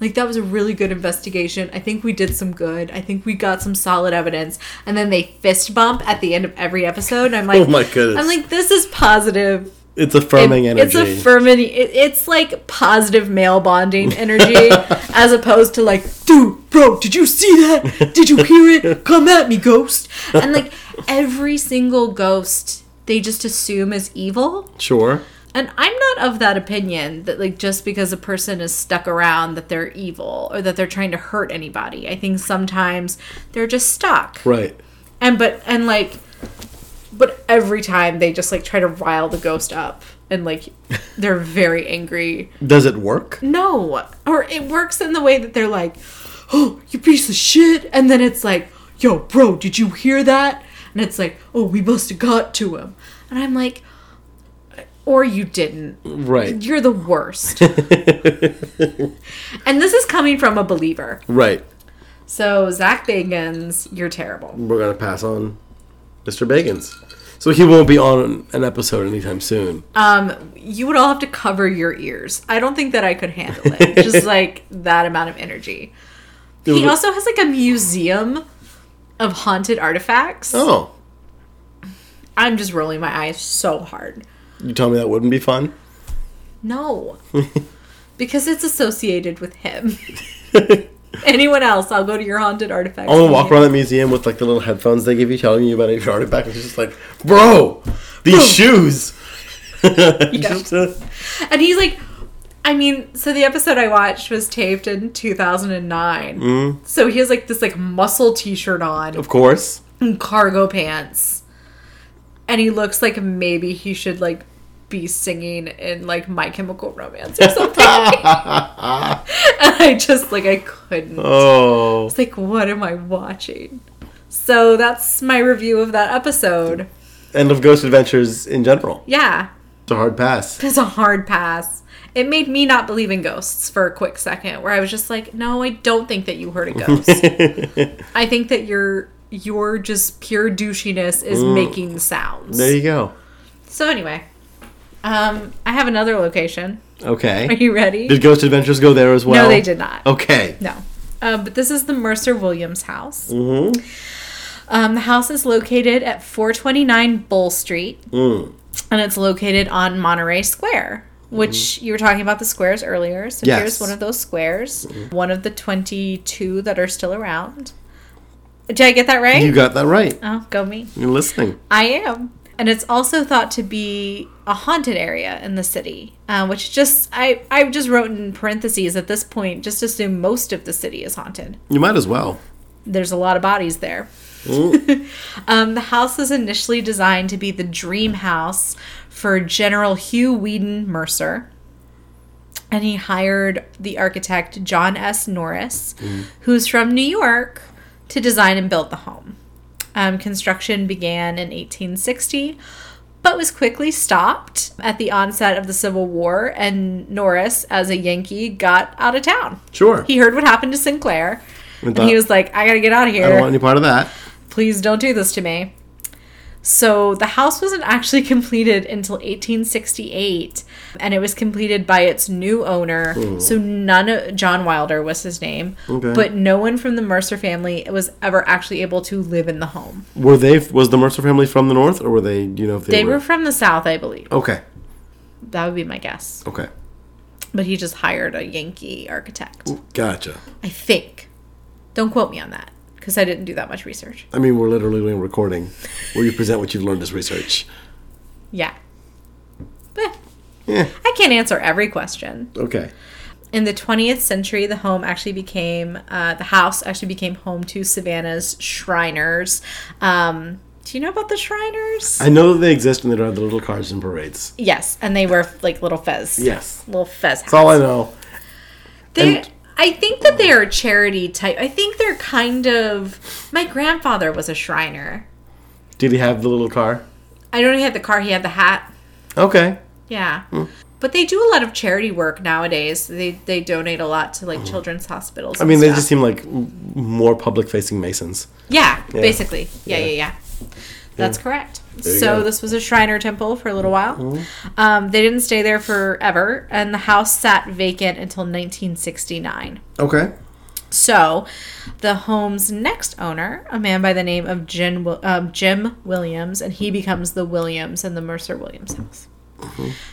like that was a really good investigation i think we did some good i think we got some solid evidence and then they fist bump at the end of every episode and i'm like
Oh my goodness.
i'm like this is positive
it's affirming
it-
energy.
It's affirming. It, it's like positive male bonding energy, as opposed to like, dude, bro, did you see that? Did you hear it? Come at me, ghost. And like every single ghost, they just assume is evil.
sure.
And I'm not of that opinion that like just because a person is stuck around that they're evil or that they're trying to hurt anybody. I think sometimes they're just stuck
Right.
and but and like but every time they just like try to rile the ghost up and like they're very angry.
Does it work?
No, or it works in the way that they're like, "Oh, you piece of shit," and then it's like, "Yo, bro, did you hear that?" And it's like, "Oh, we must have got to him," and I'm like, "Or you didn't."
Right.
You're the worst. and this is coming from a believer.
Right.
So, Zach Bagans, you're terrible.
We're gonna pass on Mr. Bagans. So he won't be on an episode anytime soon.
Um, you would all have to cover your ears. I don't think that I could handle it. Just like that amount of energy. He
was-
also has like a museum of haunted artifacts.
Oh.
I'm just rolling my eyes so hard.
You tell me that wouldn't be fun?
No. because it's associated with him. Anyone else, I'll go to your haunted artifacts.
I'm gonna walk
museum.
around that museum with like the little headphones they give you telling you about every artifact. It's just like, bro, these shoes. Just, uh,
And he's like, I mean, so the episode I watched was taped in 2009. So he has like this like muscle t-shirt on
Mm. of course.
and cargo pants. And he looks like maybe he should like be singing in like My Chemical Romance or something. and I just like I couldn't.
Oh.
It's like what am I watching? So that's my review of that episode.
And of Ghost Adventures in general.
Yeah,
It's a hard pass.
It was a hard pass. It made me not believe in ghosts for a quick second, where I was just like, "No, I don't think that you heard a ghost.
there
I think that your your just pure douchiness is making sounds."
you go.
So anyway, um, I have another location. Are
Okay.
you ready?
Did Ghost Adventures go there as well?
no, they did not.
Okay.
No, uh, but this is the Mercer Williams house.
Mm-hmm.
Um, the house is located at 429 Bull Street,
Mm.
and it's located on Monterey Square, which you were talking about the squares earlier. So
Mm-hmm. Yes. Mm-hmm.
here's one of those squares, one of the 22 that are still around. Did I get that right?
You got that right.
oh, go me.
You're listening.
I am. And it's also thought to be a haunted area in the city, uh, which just, I, I just wrote in parentheses at this point, just assume most of the city is haunted.
You might as well.
There's a lot of bodies there. Um, the house was initially designed to be the dream house for General Hugh Whedon Mercer. And he hired the architect John S. Norris, who's from New York, to design and build the home. Um, construction began in 1860, but was quickly stopped at the onset of the Civil War. And Norris, as a Yankee, got out of town.
Sure.
He heard what happened to Sinclair, and
thought,
he was like, I gotta get out of here
I don't want any part of that.
please don't do this to me. So the house wasn't actually completed until 1868, and it was completed by its new owner. So none of John Wilder was his name,
Okay.
but no one from the Mercer family was ever actually able to live in the home.
Were they? Was the Mercer family from the north, or were they? Do you know if they,
They were from the south, I believe.
Okay.
That would be my guess.
Okay.
But he just hired a Yankee architect.
Gotcha.
I think. Don't quote me on that because I didn't do that much research.
I mean, we're literally doing a recording where you present what you've learned as research.
Yeah. But
Yeah.
I can't answer every question.
Okay.
in the 20th century the home actually became uh, the house actually became home to savannah's shriners um, do you know about the shriners
I know that they exist and they drive the little cars in parades.
yes and they were like little fez
Yes.
little fez
That's all I know.
they,
and-
i think that they are a charity type i think they're kind of my grandfather was a shriner
Did he have the little car?
i don't know he had the car he had the hat
Okay.
yeah
Hmm.
but they do a lot of charity work nowadays they they donate a lot to like children's hospitals
Hmm. I mean, they just seem like m- more public-facing Masons.
Yeah, basically. Yeah, yeah, yeah.
Yeah.
That's correct.
you
So
go. Hmm.
this was a Shriner temple for a little while. Um, they didn't stay there forever, and the house sat vacant until 1969.
Okay.
So the home's next owner, a man by the name of Jim, um, Jim Williams, and he becomes the Williams in the Mercer Williams house.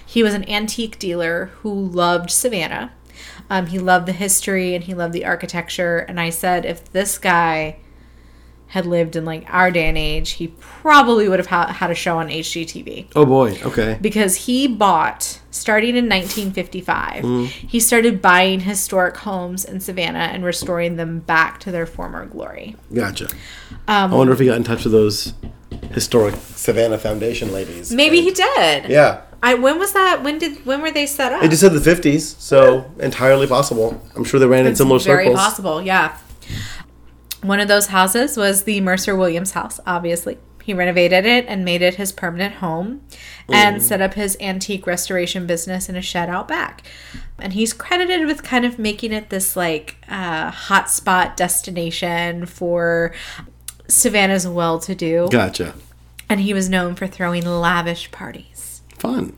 He was an antique dealer who loved Savannah. Um, he loved the history and he loved the architecture. And I said, if this guy had lived in like our day and age, he probably would have ha- had a show on HGTV
Oh boy. Okay.
because he bought starting in 1955 he started buying historic homes in savannah and restoring them back to their former glory Um,
Gotcha. I wonder if he got in touch with those historic Savannah Foundation ladies.
Maybe he did.
Yeah.
I when was that? When did when were they set up?
They just said the 50s, so entirely possible. I'm sure they ran in
It's
similar
very
circles.
possible. Yeah. One of those houses was the Mercer Williams house. Obviously, he renovated it and made it his permanent home, and set up his antique restoration business in a shed out back. And he's credited with kind of making it this like uh, hotspot destination for Savannah's well-to-do,
Gotcha.
and he was known for throwing lavish parties.
Fun.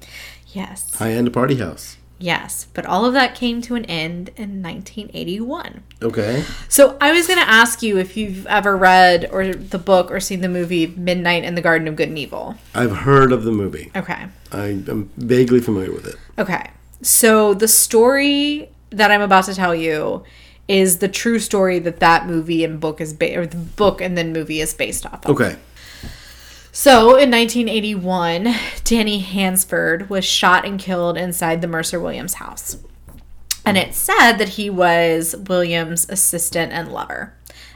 Yes.
High end party house.
Yes, but all of that came to an end in 1981.
Okay.
So I was going to ask you if you've ever read or the book or seen the movie Midnight in the Garden of Good and Evil.
I've heard of the movie.
Okay.
I am vaguely familiar with it.
Okay. So the story that I'm about to tell you is the true story that that movie and book is ba- or the book and then movie is based off of.
Okay.
So in 1981, Danny Hansford was shot and killed inside the Mercer Williams house. And it's said that he was Williams' assistant and lover.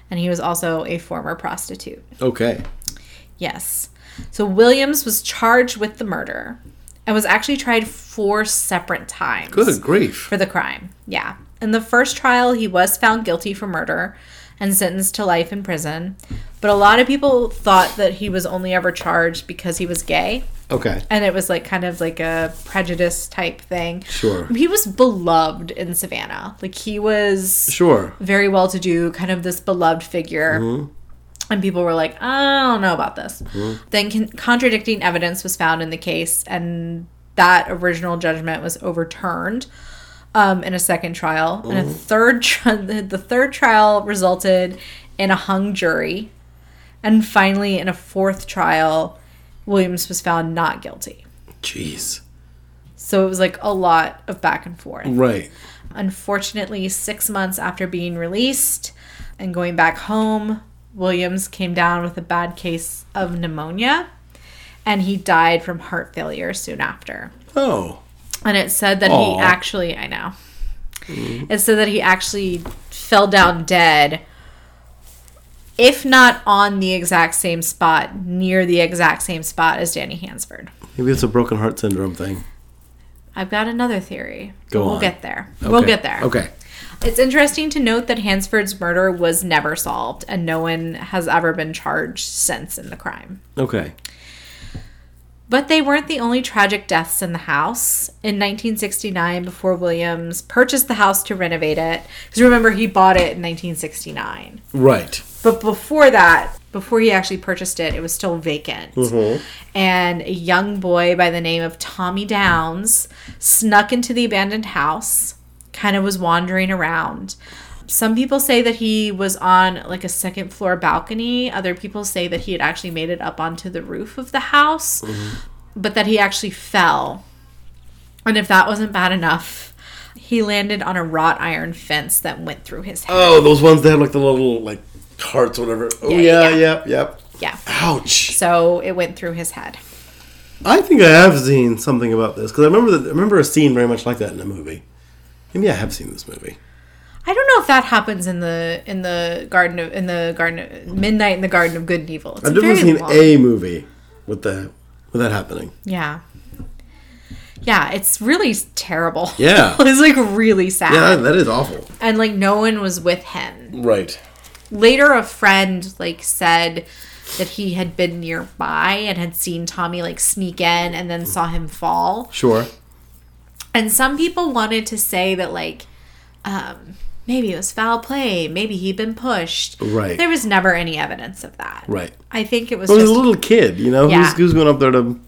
And he was also a former prostitute.
Okay.
Yes. So Williams was charged with the murder and was actually tried four separate times
Good grief.
for the crime. Yeah. In the first trial, he was found guilty for murder and sentenced to life in prison. But a lot of people thought that he was only ever charged because he was gay.
Okay.
And it was like kind of like a prejudice type thing.
Sure.
He was beloved in Savannah. Like he was
Sure.
very well to do, kind of this beloved figure. And people were like, I don't know about this. Then con- contradicting evidence was found in the case, and that original judgment was overturned um, in a second trial. And a third, tri- the third trial resulted in a hung jury. And finally, in a fourth trial, Williams was found not guilty.
Jeez.
So it was like a lot of back and forth.
Right.
Unfortunately, six months after being released and going back home, Williams came down with a bad case of pneumonia and he died from heart failure soon after.
Oh.
And it said that
Aw.
he actually, I know, it said that he actually fell down dead, if not on the exact same spot, near the exact same spot as Danny Hansford.
Maybe it's a broken heart syndrome thing.
I've got another theory.
Go
we'll
on.
get there. We'll
Okay.
get there.
Okay.
It's interesting to note that Hansford's murder was never solved, and no one has ever been charged since in the crime.
Okay.
But they weren't the only tragic deaths in the house. In 1969, before Williams purchased the house to renovate it, because remember, he bought it in 1969.
Right.
But before that, before he actually purchased it, it was still vacant.
Mm-hmm.
And a young boy by the name of Tommy Downs snuck into the abandoned house, kind of was wandering around. Some people say that he was on like a second floor balcony. Other people say that he had actually made it up onto the roof of the house, but that he actually fell. And if that wasn't bad enough, he landed on a wrought iron fence that went through his head.
Oh, those ones that have like the little like hearts, whatever. Oh
Yeah,
yeah, yep, yep.
Yeah.
Ouch.
So it went through his head.
I think I have seen something about this because I remember that I remember a scene very much like that in a movie. Maybe I have seen this movie.
I don't know if that happens in the in the garden of in the garden of, midnight in the garden of good and evil. It's
I've
very
definitely seen
long-
a movie with that with that happening.
yeah, yeah. It's really terrible.
Yeah.
it's like really sad,
Yeah, that- that is awful.
and like no one was with him.
Right.
Later, a friend like said that he had been nearby and had seen Tommy like sneak in and then saw him fall.
Sure.
And some people wanted to say that like um maybe it was foul play, maybe he'd been pushed.
Right.
There was never any evidence of that.
Right.
I think it was
But he's
just
a little kid, you know.
Yeah.
Who's, who's going up there to?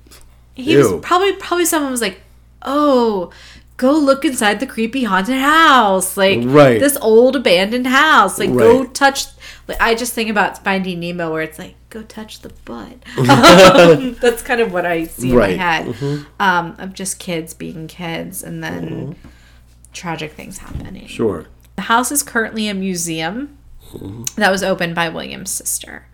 he was
ew.
probably probably someone was like, "Oh, go look inside the creepy haunted house." Like
Right.
this old abandoned house. Like go
Right.
touch like I just think about Finding Nemo where it's like go touch the butt. That's kind of what I see
Right. Mm-hmm.
in my head. Um of just kids being kids and then tragic things happening.
Mm-hmm. Sure.
The house is currently a museum
Mm-hmm.
that was opened by William's sister.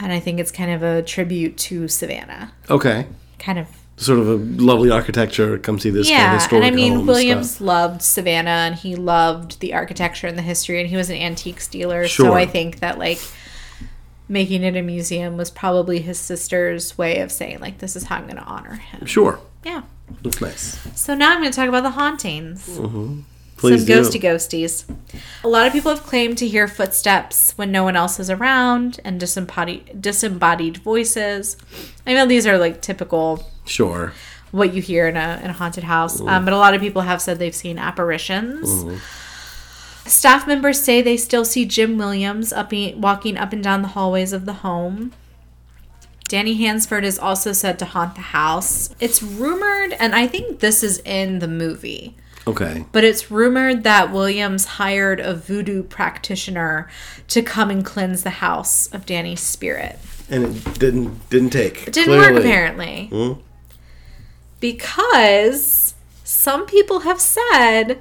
And I think it's kind of a tribute to Savannah.
Okay.
Kind of
Sort of a lovely architecture. Come see this kind of
yeah,
historic
and I mean
home
Williams
stuff.
loved Savannah and he loved the architecture and the history and he was an antiques dealer, so
Sure.
I think that like making it a museum was probably his sister's way of saying, like, this is how I'm going to honor him.
Sure.
Yeah.
That's nice.
So now I'm going to talk about the hauntings. Some
Please do.
ghosty ghosties. A lot of people have claimed to hear footsteps when no one else is around and disembodied, disembodied voices. I know these are like typical
Sure.
what you hear in a, in a haunted house. Um, but a lot of people have said they've seen apparitions. Staff members say they still see Jim Williams up walking up and down the hallways of the home. Danny Hansford is also said to haunt the house. It's rumored, and I think this is in the movie,
Okay.
but it's rumored that Williams hired a voodoo practitioner to come and cleanse the house of Danny's spirit.
And it didn't didn't take.
It didn't work apparently.
Mhm.
Because some people have said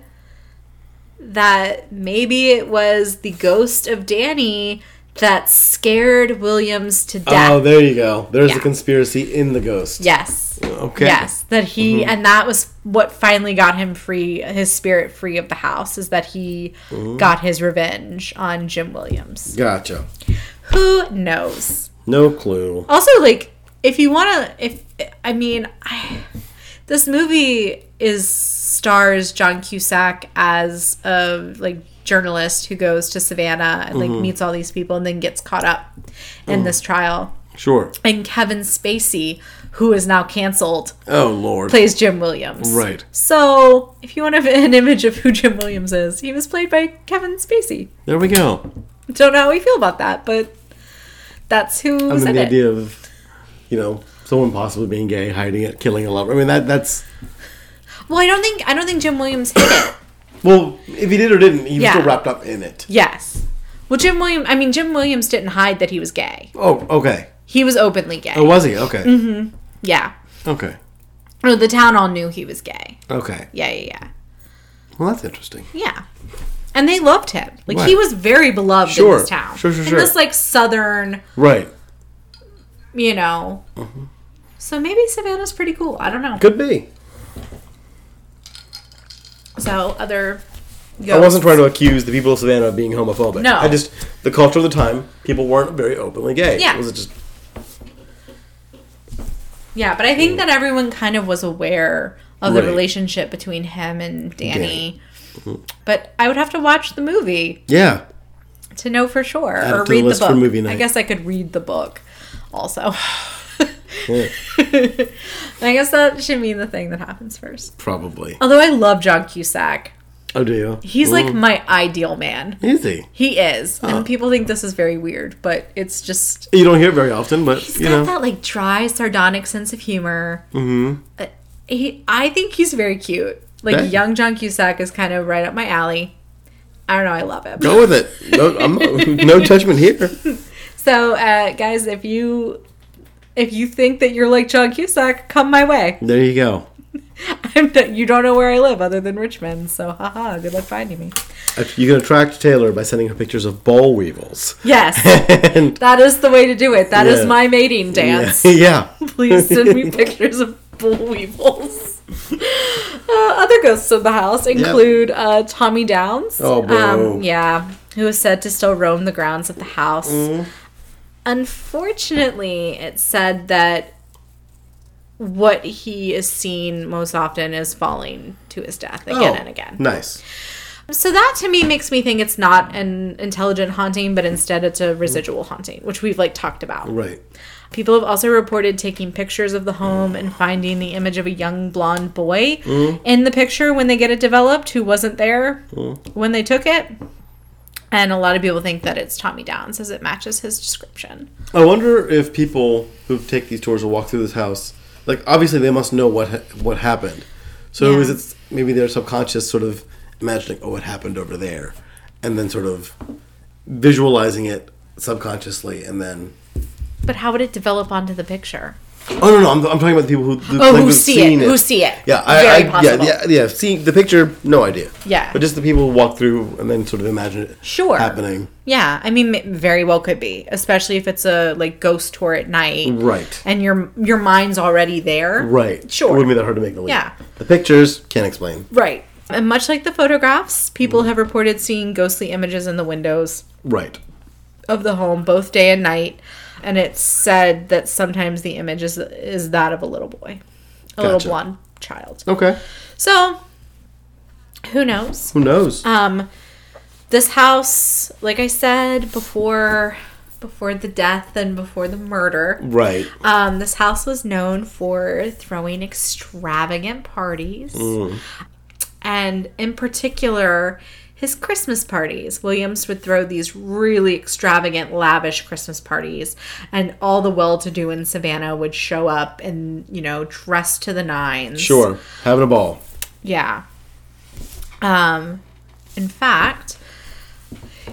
that maybe it was the ghost of Danny that scared Williams to death.
Oh, there you go. There's
Yeah.
a conspiracy in the ghost.
yes.
Okay. Mm-hmm.
Yes, that he and that was what finally got him free, his spirit free of the house is that he
Mm-hmm.
got his revenge on Jim Williams.
Gotcha.
Who knows?
No clue.
Also, like, if you want to, if I mean, I, this movie is stars John Cusack as a like journalist who goes to Savannah and like
Mm-hmm.
meets all these people and then gets caught up
Mm.
in this trial.
Sure.
And Kevin Spacey, who is now canceled,
Oh lord.
plays Jim Williams.
Right.
So, if you want to an image of who Jim Williams is, he was played by Kevin Spacey.
There we go.
Don't know how we feel about that, but that's who
I
was
mean,
in
the
it.
idea of you know someone possibly being gay, hiding it, killing a lover. I mean, that that's
Well, I don't think I don't think Jim Williams hit it.
well, if he did or didn't, he was
Yeah.
still wrapped up in it.
yes. Well, Jim Williams. I mean, Jim Williams didn't hide that he was gay.
Oh, okay.
He was openly gay.
Oh, was he? Okay.
Mm-hmm. Yeah.
Okay.
No, the town all knew he was gay.
Okay.
Yeah, yeah, yeah,
Well, that's interesting.
yeah. And they loved him. Like he
Right.
was very beloved
Sure.
in this town.
Sure, sure,
in
sure.
This like southern,
Right.
you know.
Uh-huh.
So maybe Savannah's pretty cool. I don't know.
Could be.
So other.
I wasn't trying to accuse the people of Savannah of being homophobic.
No.
I just the culture of the time, people weren't very openly gay.
Yeah.
It was just
Yeah, but I think that everyone kind of was aware of the
Right. Mm-hmm.
relationship between him and Danny. But I would have to watch the movie
yeah.
to know for sure,
Add
or
it to the
read the
list for
book.
movie
I
night.
guess I could read the book, also.
Yeah.
I guess that should mean the thing that happens first.
Probably.
Although I love John Cusack,
Oh, do you?
he's like my ideal man.
Is he?
He is,
Ah.
and people think this is very weird, but it's just
You don't hear it very often, but
He's
you
got
know.
that like dry, sardonic sense of humor. Mm-hmm. he, I think he's very cute. Like
Yeah.
young John Cusack is kind of right up my alley. I don't know. I love him.
Go with it. No, I'm, no judgment here.
So, uh, guys, if you if you think that you're like John Cusack, come my way.
There you go.
I'm not, you don't know where I live other than Richmond, so haha. Good luck finding me.
Uh, You can attract Taylor by sending her pictures of ball weevils.
Yes,
and
that is the way to do it. That is
Yeah.
my mating dance.
yeah.
Please send me pictures of bull weevils. Uh, other ghosts of the house include uh, Tommy Downs. Um,
Oh, bro.
yeah, who is said to still roam the grounds of the house.
Mm-hmm.
Unfortunately, it's said that what he is seen most often is falling to his death again
Oh,
and again.
Nice.
So that to me makes me think it's not an intelligent haunting, but instead it's a residual haunting, which we've like talked about.
Right.
People have also reported taking pictures of the home and finding the image of a young blonde boy
Mm-hmm.
in the picture when they get it developed who wasn't there
Mm-hmm.
when they took it. And a lot of people think that it's Tommy Downs as it matches his description.
I wonder if people who take these tours or walk through this house, like obviously they must know what ha- what happened. So
Yeah.
is it maybe their subconscious sort of imagining, oh, it happened over there, and then sort of visualizing it subconsciously, and then
But how would it develop onto the picture?
oh no no, I'm, I'm talking about the people who, who
Oh,
claim to
who
have
see it,
seen
Who see it?
Yeah, I,
Very
I yeah,
possible.
yeah, yeah. Seeing the picture, no idea.
Yeah.
but just the people who walk through and then sort of imagine it
Sure.
happening.
Yeah, I mean, it very well could be, especially if it's a like ghost tour at night,
Right.
And your your mind's already there,
Right.
Sure.
It wouldn't be that hard to make the leap.
Yeah.
The pictures can't explain.
Right. And
Mm-hmm.
much like the photographs, people have reported seeing ghostly images in the windows.
Right.
of the home both day and night, and it's said that sometimes the image is is that of a little boy, a
Gotcha.
little blonde child.
Okay.
So, who knows?
Who knows?
Um, this house, like I said before, before the death and before the murder,
right.
um, this house was known for throwing extravagant parties, and in particular, his Christmas parties. Williams would throw these really extravagant, lavish Christmas parties, and all the well-to-do in Savannah would show up and you know dressed to the nines.
Sure. Having a ball.
Yeah. Um, in fact,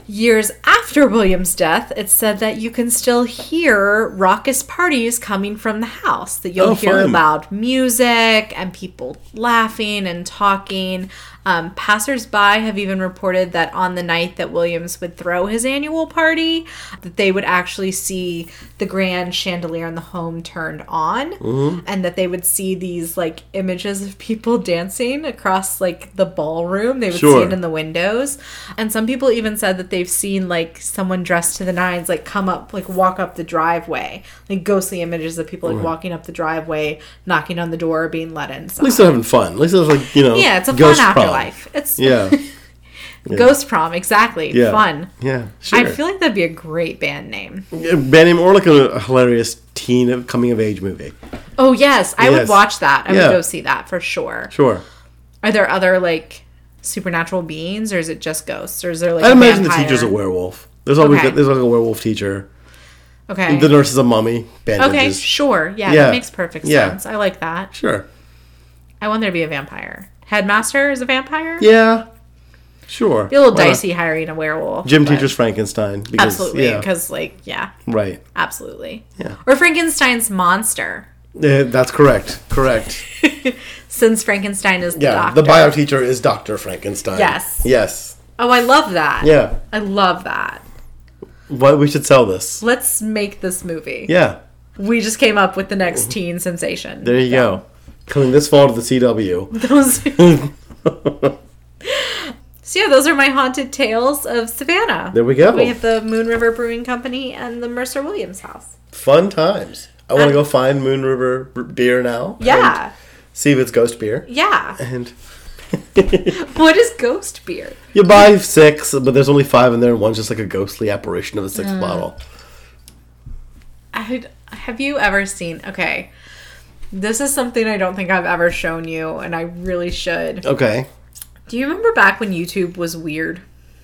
years after William's death, it's said that you can still hear raucous parties coming from the house, that you'll
Oh,
hear
fun.
loud music and people laughing and talking. Um, passersby have even reported that on the night that Williams would throw his annual party, that they would actually see the grand chandelier in the home turned on, and that they would see these like images of people dancing across like the ballroom. They would see
Sure.
it in the the windows. And some people even said that they've seen like someone dressed to the nines like come up, like walk up the driveway, like ghostly images of people like walking up the driveway, knocking on the door, being let
At
inside.
least they're having fun. At least it's like, you know.
Yeah, it's a
ghost
fun
prom.
afterlife. It's
Yeah.
ghost prom, exactly.
Yeah.
Fun.
Yeah. Sure.
I feel like that'd be a great band name.
Yeah, band name or like a, a hilarious teen of coming of age movie.
Oh yes, I would
Yes.
watch that. I
Yeah.
would go see that for sure.
Sure.
Are there other like supernatural beings, or is it just ghosts, or is there like
I'd
a
imagine the
vampire?
teacher's a werewolf. There's always
Okay.
there's like a werewolf teacher.
Okay.
The nurse is a mummy.
Okay,
Bandages.
sure. Yeah,
Yeah.
that makes perfect
Yeah.
sense. I like that.
Sure.
I want there to be a vampire. Headmaster is a vampire.
Yeah. Sure.
Be a little
Why not?
dicey hiring a werewolf.
Gym
but-
teacher's Frankenstein. Because,
Absolutely,
Yeah.
because like yeah,
Right.
absolutely.
Yeah.
Or Frankenstein's monster,
Yeah, Uh, that's correct. Correct.
since Frankenstein is the
Yeah.
doctor.
The bio teacher is Dr. Frankenstein.
Yes.
Yes.
oh, I love that.
Yeah.
I love that.
What we should sell this.
Let's make this movie.
Yeah.
We just came up with the next teen sensation.
There you go. Coming this fall to the CW.
Those- so yeah, those are my haunted tales of Savannah.
There we go.
We have the Moon River Brewing Company and the Mercer Williams house.
Fun times. I want
Um,
to go find Moon River b- beer now. and
Yeah,
See if it's ghost beer.
yeah.
And
What is ghost beer?
you buy six, but there's only five in there, and one's just like a ghostly apparition of the
Mm.
sixth bottle.
I have you ever seen? Okay, this is something I don't think I've ever shown you, and I really should.
Okay.
Do you remember back when YouTube was weird?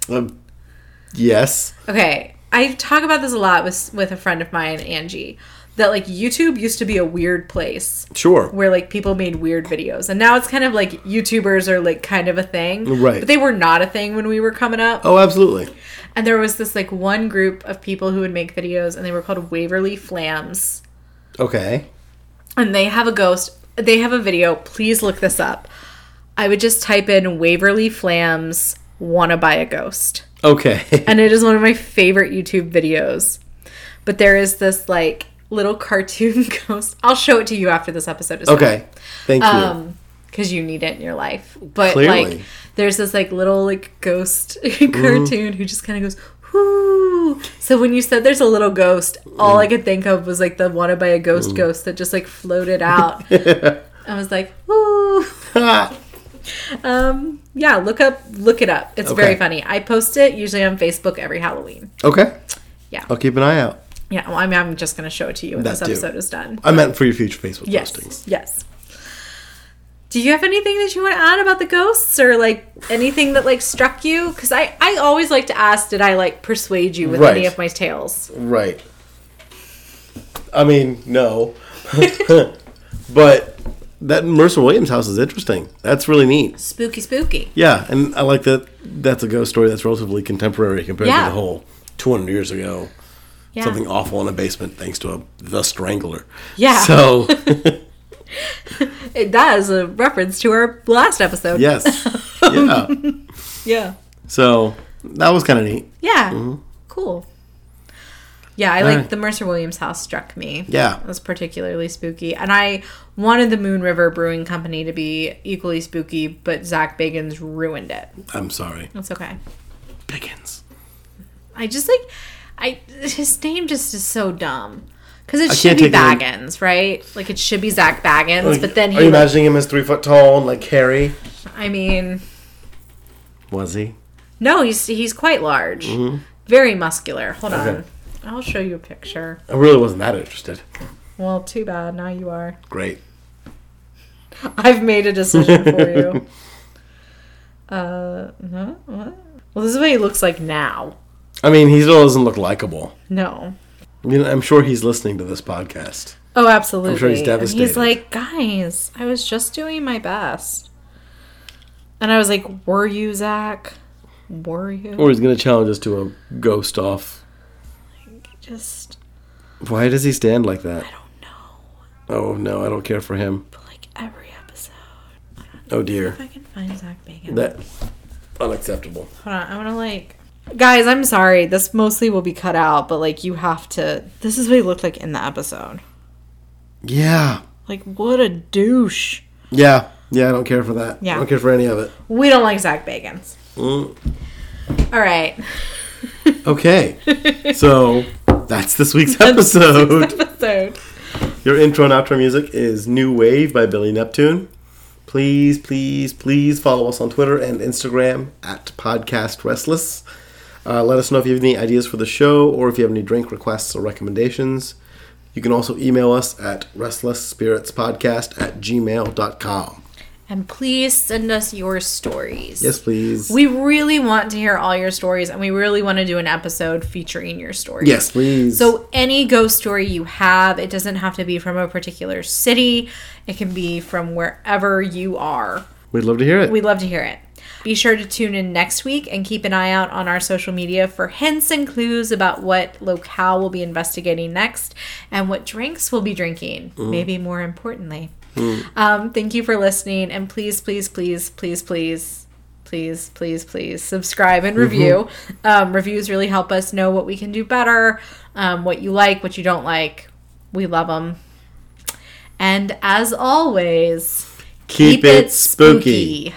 Um, yes.
Okay, I talk about this a lot with with a friend of mine, Angie. That like YouTube used to be a weird place
Sure.
where like people made weird videos, and now it's kind of like YouTubers are like kind of a thing,
Right.
But they were not a thing when we were coming up.
Oh, absolutely.
And there was this like one group of people who would make videos, and they were called Waverly Flams.
Okay.
and they have a ghost. They have a video. Please look this up. I would just type in Waverly Flams wanna buy a ghost.
Okay.
And it is one of my favorite YouTube videos. But there is this like little cartoon ghost. I'll show it to you after this episode is
Okay. Thank you.
Um because you need it in your life. But
Clearly.
like there's this like little like ghost cartoon who just kind of goes Whoo. So when you said there's a little ghost,
Mm.
all I could think of was like the wanted by a ghost ghost that just like floated out. I was like, whoo.
Ah,
Um, yeah, look up, look it up. It's very
Okay.
funny. I post it usually on Facebook every Halloween.
okay.
Yeah.
I'll keep an eye out.
Yeah, well, I mean, I'm just gonna show it to you when
That
this
too.
episode is done.
I meant for your future Facebook
Yes,
postings.
yes. Do you have anything that you want to add about the ghosts, or like anything that like struck you? Because I I always like to ask, did I like persuade you with
Right.
any of my tales?
Right. I mean, no. but that Mercer Williams house is interesting. That's really neat.
Spooky, spooky.
Yeah, and I like that that's a ghost story that's relatively contemporary compared
Yeah.
to the whole 200 years ago.
Yeah.
Something awful in a basement thanks to a the strangler.
Yeah.
So,
It, that is a reference to our last episode.
yes. Yeah.
Yeah.
So, that was kind of neat.
Yeah.
Mm-hmm.
Cool. Yeah, I like
right.
the Mercer Williams house struck me.
Yeah.
It was particularly spooky. And I wanted the Moon River Brewing Company to be equally spooky, but Zach Bagans ruined it.
I'm sorry.
That's okay.
Pickens.
I just like I his name just is so dumb because it
I
should
can't
be
take any-
Baggins, right? Like it should be Zach Baggins,
Like,
but then
are
he.
you imagining him as three foot tall and like Harry?
I mean,
Was he?
no, he's he's quite large, very muscular. Hold
Mm-hmm. Okay.
on, I'll show you a picture.
I really wasn't that interested.
Well, too bad. Now you are.
Great.
I've made a decision for you. Uh, no, what? Well, this is what he looks like now.
I mean, he still doesn't look likable.
No.
I mean, I'm sure he's listening to this podcast.
Oh, absolutely.
I'm sure he's
And
devastated.
he's like, guys, I was just doing my best. And I was like, were you, Zach? Were you?
Or he's going to challenge us to a ghost off.
Just,
Why does he stand like that?
I don't know.
Oh, no, I don't care for him.
But like every episode,
Oh, dear.
if I can find Zach Bacon.
That. Unacceptable.
Hold on, I want to like. Guys, I'm sorry. This mostly will be cut out, but like you have to. This is what he looked like in the episode.
Yeah.
Like, what a douche.
Yeah. Yeah, I don't care for that.
Yeah.
I don't care for any of it.
We don't like Zach Bagans.
Mm.
All right.
Okay. so, that's this week's episode.
Episode.
Your intro and outro music is New Wave by Billy Neptune. Please, please, please follow us on Twitter and Instagram at Podcast Restless. Uh, let us know if you have any ideas for the show or if you have any drink requests or recommendations. You can also email us at restlessspiritspodcast at gmail.com.
And please send us your stories.
Yes, please.
We really want to hear all your stories and we really want to do an episode featuring your stories.
yes, please.
So any ghost story you have, it doesn't have to be from a particular city. It can be from wherever you are.
We'd love to hear it.
We'd love to hear it. Be sure to tune in next week and keep an eye out on our social media for hints and clues about what locale we'll be investigating next and what drinks we'll be drinking,
Mm.
maybe more importantly. Um, thank you for listening, and please, please, please, please, please, please, please, please subscribe
Mm-hmm.
and review. Um, reviews really help us know what we can do better, um, what you like, what you don't like. We love them. And as always,
Keep it spooky.
spooky.